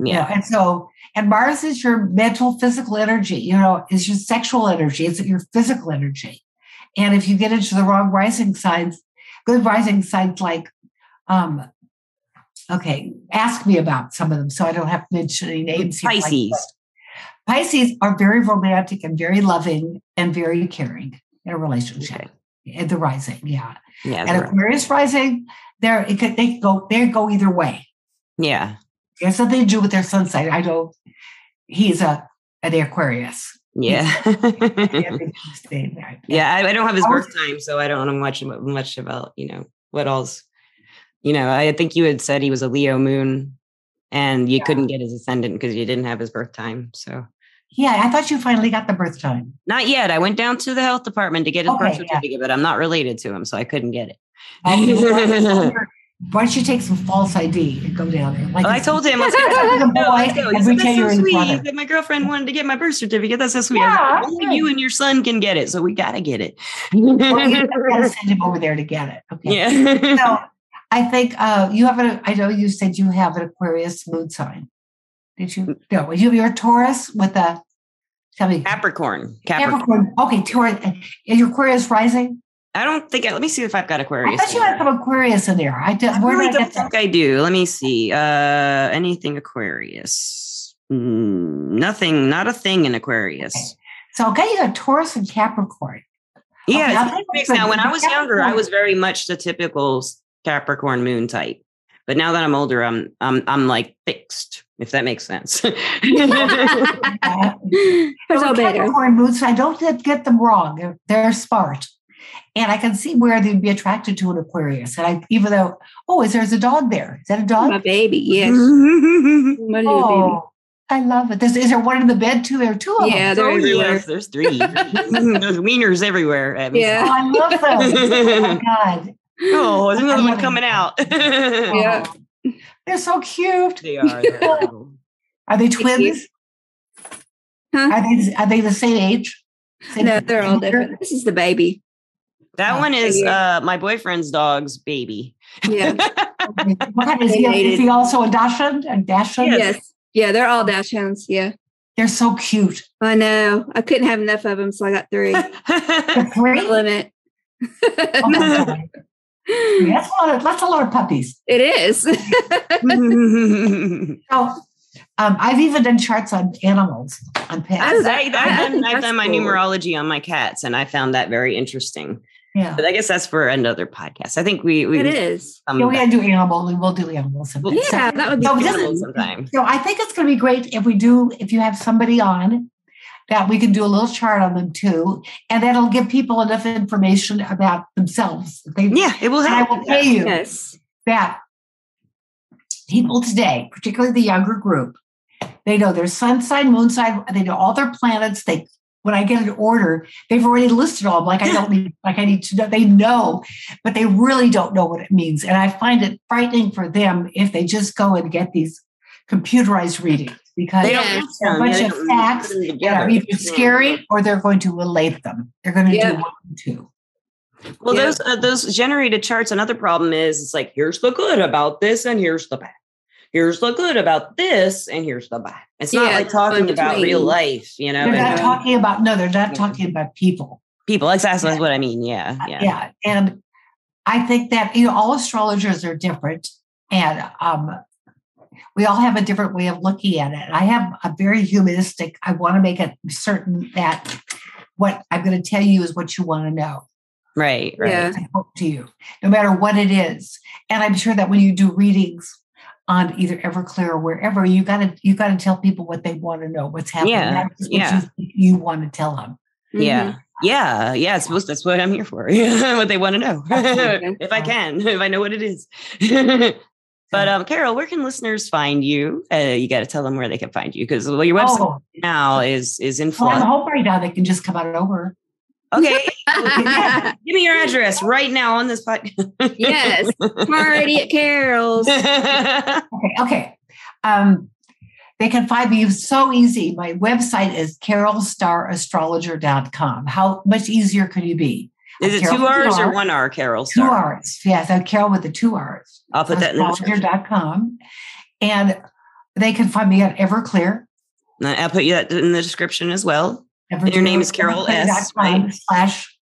Speaker 3: You know,
Speaker 1: Yeah.
Speaker 3: and so, and Mars is your mental, physical energy, you know, is your sexual energy, it's your physical energy. And if you get into the wrong rising signs, good rising signs like, um, okay, ask me about some of them so I don't have to mention any names. here. Like,
Speaker 1: Pisces.
Speaker 3: Pisces are very romantic and very loving and very caring in a relationship.
Speaker 1: Okay.
Speaker 3: At the rising, yeah.
Speaker 1: Yeah.
Speaker 3: And
Speaker 1: they're-
Speaker 3: Aquarius rising, they're, it could, they could go, they go either way.
Speaker 1: Yeah.
Speaker 3: It has something to do with their sun sign. I know he's a an Aquarius.
Speaker 1: Yeah.
Speaker 3: yeah.
Speaker 1: Yeah, I, I don't have his
Speaker 3: I
Speaker 1: birth time, so I don't know much much about you know what all's. You know, I think you had said he was a Leo moon, and you couldn't get his ascendant because you didn't have his birth time. So
Speaker 3: Yeah, I thought you finally got the birth time.
Speaker 1: not yet. I went down to the health department to get his birth
Speaker 3: Okay, yeah.
Speaker 1: certificate, but I'm not related to him, so I couldn't get it.
Speaker 3: Okay, well, Why don't you take some false ID and go down there? Like
Speaker 1: Well, Oh, I told him. I was like,
Speaker 3: Like a
Speaker 1: no, let's
Speaker 3: boy,
Speaker 1: go. He
Speaker 3: and
Speaker 1: said,
Speaker 3: we tell
Speaker 1: That's
Speaker 3: you're
Speaker 1: so
Speaker 3: his
Speaker 1: sweet. He
Speaker 3: brother.
Speaker 1: said, my girlfriend wanted to get my birth certificate. That's so sweet. I was
Speaker 3: Yeah,
Speaker 1: like, Only
Speaker 3: good.
Speaker 1: you and your son can get it, so we gotta get it.
Speaker 3: Well, you gotta send him over there to get it. Okay.
Speaker 1: yeah.
Speaker 3: So I think uh, you have an. I know you said you have an Aquarius moon sign. Did
Speaker 1: Mm.
Speaker 3: you? No, you have your Taurus with a. Tell me.
Speaker 1: Capricorn. Capricorn.
Speaker 3: Capricorn. Okay, Taurus. Is your Aquarius rising?
Speaker 1: I don't think. I, let me see if I've got
Speaker 3: I
Speaker 1: Aquarius.
Speaker 3: thought you
Speaker 1: in
Speaker 3: had some Aquarius in there. I did.
Speaker 1: I
Speaker 3: Where
Speaker 1: really
Speaker 3: did I
Speaker 1: don't
Speaker 3: get that?
Speaker 1: think I do. Let me see. Uh, anything Aquarius? Mm, nothing. Not a thing in Aquarius.
Speaker 3: So okay, you got Taurus and Capricorn.
Speaker 1: Yeah.
Speaker 3: Okay, I'll
Speaker 1: it's
Speaker 3: take
Speaker 1: mixed.
Speaker 3: one.
Speaker 1: Now, when I was younger, I
Speaker 3: Capricorn.
Speaker 1: was very much the typical s- Capricorn moon type. But now that I'm older, I'm I'm I'm like fixed. If that makes sense.
Speaker 3: Uh,
Speaker 4: There's
Speaker 3: so
Speaker 4: all better.
Speaker 3: Capricorn moons. I don't get- get them wrong. They're, they're smart, and I can see where they'd be attracted to an Aquarius. And I, even though, oh, is there's a dog there? Is that a
Speaker 4: My
Speaker 3: dog?
Speaker 4: baby,
Speaker 1: yes,
Speaker 4: yes. My little baby.
Speaker 3: Mm-hmm. Oh, I love it. There's, is there one in the bed too? There are two of
Speaker 4: Yeah,
Speaker 3: them.
Speaker 4: they're everywhere.
Speaker 1: there's three. there's wieners everywhere. At me.
Speaker 4: Yeah.
Speaker 3: Oh, I love them. oh my god.
Speaker 1: Oh, there's another
Speaker 3: I
Speaker 1: one
Speaker 3: love
Speaker 1: coming
Speaker 3: them.
Speaker 1: out.
Speaker 4: Yeah.
Speaker 3: Oh, they're so cute.
Speaker 1: They are. they're adorable.
Speaker 3: Are they
Speaker 4: Thank you.
Speaker 3: twins?
Speaker 4: Huh?
Speaker 3: Are they are they the same age? Same-
Speaker 4: No, they're all different. This is the baby.
Speaker 1: That
Speaker 3: Oh,
Speaker 1: one is
Speaker 4: yeah.
Speaker 1: uh, my boyfriend's dog's baby.
Speaker 4: Yeah.
Speaker 3: What kind is he? Is he also a Dachshund? A Dachshund?
Speaker 4: yes. Yeah, they're all dash hounds. Yeah.
Speaker 3: They're so cute.
Speaker 4: I know. I couldn't have enough of them, so I got three.
Speaker 3: The three?
Speaker 4: The limit.
Speaker 3: Oh, my God. that's a lot of that's a lot of puppies.
Speaker 4: It is.
Speaker 3: So um, I've even done charts on animals on
Speaker 4: I
Speaker 3: pets.
Speaker 4: was-
Speaker 1: I, have done, I've
Speaker 4: That's
Speaker 1: done my
Speaker 4: cool.
Speaker 1: numerology on my cats, and I found that very interesting.
Speaker 3: Yeah.
Speaker 1: But I guess that's for another podcast. I think we we
Speaker 4: it
Speaker 1: can
Speaker 4: is.
Speaker 1: come
Speaker 3: Yeah, we
Speaker 1: back
Speaker 3: gotta do animal. We will do animals.
Speaker 1: Well,
Speaker 3: someday.
Speaker 4: Yeah,
Speaker 3: So-
Speaker 4: that would be
Speaker 3: No,
Speaker 1: to
Speaker 4: fun.
Speaker 3: it doesn't-
Speaker 1: animals sometime.
Speaker 3: So I think it's going to be great if we do, if you have somebody on that we can do a little chart on them too. And that'll give people enough information about themselves. They,
Speaker 1: Yeah, it will
Speaker 3: And I
Speaker 1: happen.
Speaker 3: will tell you
Speaker 4: Yes.
Speaker 3: that people today, particularly the younger group, they know their sun sign, moon sign, they know all their planets. They, when I get an order, they've already listed all. of them. Like I don't need, like I need to know. They know, but they really don't know what it means. And I find it frightening for them if they just go and get these computerized readings because
Speaker 1: They
Speaker 4: Yeah,
Speaker 1: don't mix
Speaker 4: it's
Speaker 3: a
Speaker 1: them.
Speaker 3: bunch
Speaker 1: They
Speaker 3: of
Speaker 1: don't
Speaker 3: facts
Speaker 1: put them
Speaker 3: that are
Speaker 1: together. Mm.
Speaker 3: either scary or they're going to relate them. They're going to
Speaker 4: Yeah.
Speaker 3: do one and two.
Speaker 1: Well,
Speaker 4: Yeah.
Speaker 1: those uh, those generated charts. Another problem is it's like here's the good about this, and here's the bad. Here's the good about this, and here's the bad. It's not
Speaker 4: Yeah,
Speaker 1: like
Speaker 4: it's fun
Speaker 1: talking about
Speaker 4: between.
Speaker 1: real life, you know.
Speaker 3: They're
Speaker 1: and
Speaker 3: not
Speaker 4: Yeah.
Speaker 3: talking about no, they're not
Speaker 1: Yeah.
Speaker 3: talking about people.
Speaker 1: people. That's, that's what I mean. Yeah, yeah.
Speaker 3: Uh, yeah and i think that you know all astrologers are different and um we all have a different way of looking at it i have a very humanistic i want to make it certain that what i'm going to tell you is what you want to know
Speaker 1: Right, right.
Speaker 4: Yeah.
Speaker 3: I hope to you no matter what it is and i'm sure that when you do readings on either everclear or wherever you got to you got to tell people what they want to know what's happening
Speaker 1: Yeah,
Speaker 3: not just what
Speaker 1: yeah.
Speaker 3: you, you want to tell them
Speaker 1: Yeah. Yeah, yeah, it's supposed that's what I'm here for. what they want to know.
Speaker 4: Okay.
Speaker 1: if I can, if I know what it is. but um Carol, where can listeners find you? Uh, you got to tell them where they can find you because well, your website
Speaker 3: Oh,
Speaker 1: now is is in
Speaker 3: well, I'm
Speaker 1: flux.
Speaker 3: hoping right now they can just come on over.
Speaker 1: Okay.
Speaker 4: Mm-hmm.
Speaker 1: Give me your address right now on this podcast.
Speaker 4: yes. Party at
Speaker 2: Oh,
Speaker 4: Carol's.
Speaker 3: Okay, okay. Um, they can find me so easy. My website is carolstarastrologer.com. How much easier could you be?
Speaker 1: is it
Speaker 3: Carol
Speaker 1: two
Speaker 3: with an
Speaker 1: R's or
Speaker 3: R.
Speaker 1: one R, Carol?
Speaker 3: Two
Speaker 1: Star?
Speaker 3: R's. Yes, I'm Carol with the two R's.
Speaker 1: I'll put that in the description.
Speaker 3: astrologer.com. And they can find me at Everclear.
Speaker 1: I'll put you that in the description as well.
Speaker 3: Everclear
Speaker 1: your name is Carol S.,
Speaker 3: everclear.com
Speaker 1: right?
Speaker 3: Slash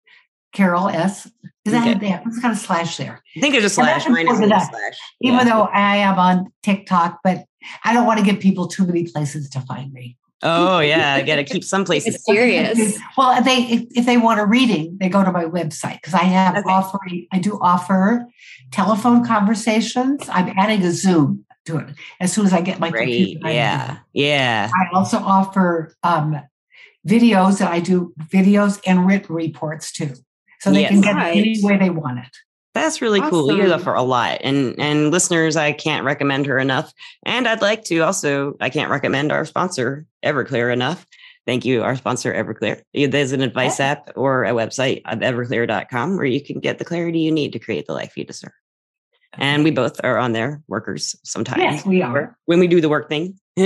Speaker 3: Carol S. Is that
Speaker 1: Okay.
Speaker 3: they have some kind of slash there?
Speaker 1: I think it's a
Speaker 3: And I
Speaker 1: slash.
Speaker 3: can
Speaker 1: Mine is a
Speaker 3: pull it
Speaker 1: little
Speaker 3: up,
Speaker 1: slash.
Speaker 3: Even
Speaker 1: Yeah.
Speaker 3: though I am on TikTok, but I don't want to give people too many places to find me.
Speaker 1: Oh yeah, I gotta keep some places.
Speaker 4: Mysterious.
Speaker 3: Well, if they if, if they want a reading, they go to my website because I have
Speaker 1: Okay.
Speaker 3: offering. I do offer telephone conversations. I'm adding a Zoom to it as soon as I get my
Speaker 1: Great.
Speaker 3: computer. I'm doing
Speaker 1: Yeah. Yeah.
Speaker 3: it. I also offer um, videos that I do videos and written reports too, so they
Speaker 1: Yes.
Speaker 3: can get
Speaker 4: Right.
Speaker 3: it any way they want it.
Speaker 1: That's really cool. You go
Speaker 4: Awesome.
Speaker 1: for a lot. And and listeners, I can't recommend her enough. And I'd like to also, I can't recommend our sponsor, Everclear, enough. Thank you, our sponsor, Everclear. There's an advice app or a website of everclear.com where you can get the clarity you need to create the life you deserve. And we both are on there, workers sometimes.
Speaker 3: Yes, we are.
Speaker 1: when we do the work thing. and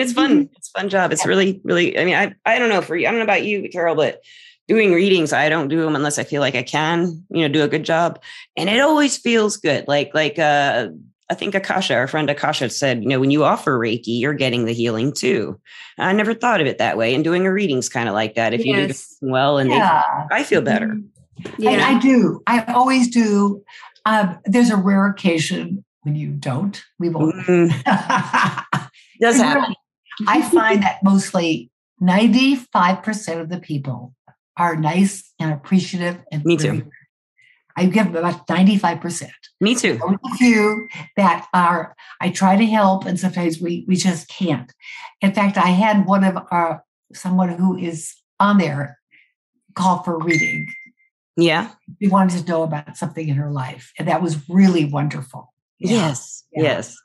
Speaker 1: it's fun.
Speaker 3: Mm-hmm.
Speaker 1: It's a fun job. It's really, really, I mean, I, I don't know for you. I don't know about you, Carol, but doing readings, I don't do them unless I feel like I can, you know, do a good job. And it always feels good. Like, like, uh, I think Akasha, our friend Akasha said, you know, when you offer Reiki, you're getting the healing too. And I never thought of it that way. And doing a reading's kind of like that. If you do
Speaker 4: Yes.
Speaker 1: well and they-
Speaker 3: Yeah.
Speaker 1: I feel better.
Speaker 3: And
Speaker 4: Yeah.
Speaker 3: I do. I always do. Um, there's a rare occasion when you don't. We won't.
Speaker 1: Mm, does
Speaker 3: Really,
Speaker 1: happen.
Speaker 3: I find that mostly 95% of the people are nice and appreciative. And
Speaker 1: Me too.
Speaker 3: very- I give them about 95%.
Speaker 1: Me too.
Speaker 3: There are a few that are, I try to help, and sometimes we, we just can't. In fact, I had one of our, someone who is on there call for a reading.
Speaker 1: Yeah.
Speaker 3: She wanted to know about something in her life, and that was really wonderful. Yeah.
Speaker 1: Yes.
Speaker 3: Yeah.
Speaker 1: Yes.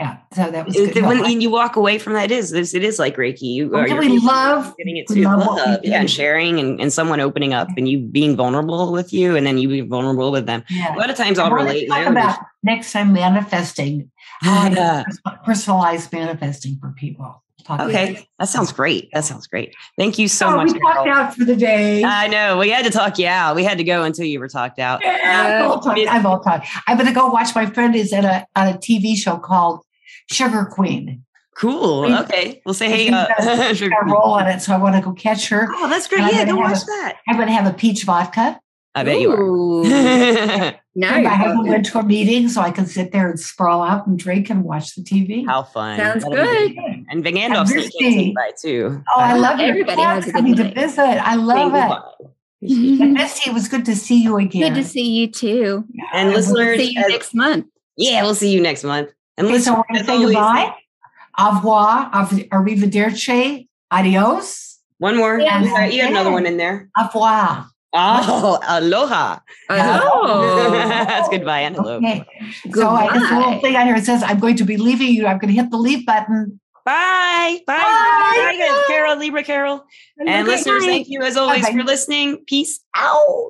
Speaker 3: Yeah. So that was
Speaker 1: It-
Speaker 3: good.
Speaker 1: it-
Speaker 3: No,
Speaker 1: when
Speaker 3: I-
Speaker 1: you walk away from that is this it is like reiki you
Speaker 3: Well,
Speaker 1: are
Speaker 3: yeah, we love-
Speaker 1: getting it
Speaker 3: we
Speaker 1: to
Speaker 3: love
Speaker 1: love,
Speaker 3: what we
Speaker 1: yeah and
Speaker 3: do.
Speaker 1: sharing and, and someone opening up and you being vulnerable with you and then you being vulnerable with them
Speaker 3: yeah.
Speaker 1: a lot of times i'll
Speaker 3: I wanna
Speaker 1: relate
Speaker 3: Talk
Speaker 1: I always- "Ah,
Speaker 3: about next time manifesting, how to
Speaker 1: Yeah.
Speaker 3: personalized manifesting for people. Talk about it.
Speaker 1: okay that sounds great that sounds great thank you so
Speaker 3: Oh,
Speaker 1: much
Speaker 3: We talked
Speaker 1: Carol.
Speaker 3: out for the day.
Speaker 4: Uh,
Speaker 1: i know we had to talk you out we had to go until you were talked out
Speaker 3: I'm all talked- I'm all talked. I'm going to go watch my friend is at a on a TV show called Sugar Queen.
Speaker 1: cool
Speaker 3: Please.
Speaker 1: okay we'll say
Speaker 3: I
Speaker 1: hey
Speaker 3: think
Speaker 1: uh,
Speaker 3: that's-
Speaker 1: Sugar
Speaker 3: Got a
Speaker 1: Queen.
Speaker 3: role on it, so I want to go catch her.
Speaker 1: oh that's great
Speaker 3: I'm
Speaker 1: yeah
Speaker 3: gonna
Speaker 1: go
Speaker 3: have
Speaker 1: watch
Speaker 3: a-
Speaker 1: that
Speaker 3: I'm going to have a peach vodka.
Speaker 1: i bet you are
Speaker 4: Ooh. now
Speaker 3: I
Speaker 4: you're
Speaker 3: haven't
Speaker 4: talking.
Speaker 3: went to a meeting, so I can sit there and sprawl out and drink and watch the TV.
Speaker 1: how fun
Speaker 4: Sounds
Speaker 1: That'll be
Speaker 4: good.
Speaker 3: Good.
Speaker 1: And Van Gandalf
Speaker 3: I'm
Speaker 1: came
Speaker 3: busy.
Speaker 1: by too.
Speaker 3: Oh, I love it.
Speaker 4: Everybody
Speaker 3: Club
Speaker 4: has a good
Speaker 3: coming to
Speaker 4: night.
Speaker 3: visit. I love it. And
Speaker 4: Good
Speaker 3: Misty, it was good to see you again.
Speaker 4: to see you too.
Speaker 1: And listeners,
Speaker 4: See you
Speaker 1: as-
Speaker 4: next month.
Speaker 1: yeah, we'll see you next month. And
Speaker 3: Okay, so
Speaker 1: listen,
Speaker 3: we're going to
Speaker 1: as
Speaker 3: say
Speaker 1: always-
Speaker 3: goodbye. Au revoir. av- Arrivederci. Adios.
Speaker 1: One more.
Speaker 2: Yeah.
Speaker 1: You got- You had another
Speaker 3: Yeah.
Speaker 1: one in there.
Speaker 3: Au revoir.
Speaker 1: Oh, aloha.
Speaker 4: Oh,
Speaker 1: That's goodbye and hello.
Speaker 3: Okay. So I guess the
Speaker 4: Goodbye.
Speaker 3: little thing on here it says, I'm going to be leaving you. I'm going to hit the leave button.
Speaker 1: Bye. Bye.
Speaker 3: Bye.
Speaker 1: Bye. Carol, Libra Carol. And listeners,
Speaker 3: Bye.
Speaker 1: thank you as always
Speaker 3: Bye-bye.
Speaker 1: for listening. Peace out.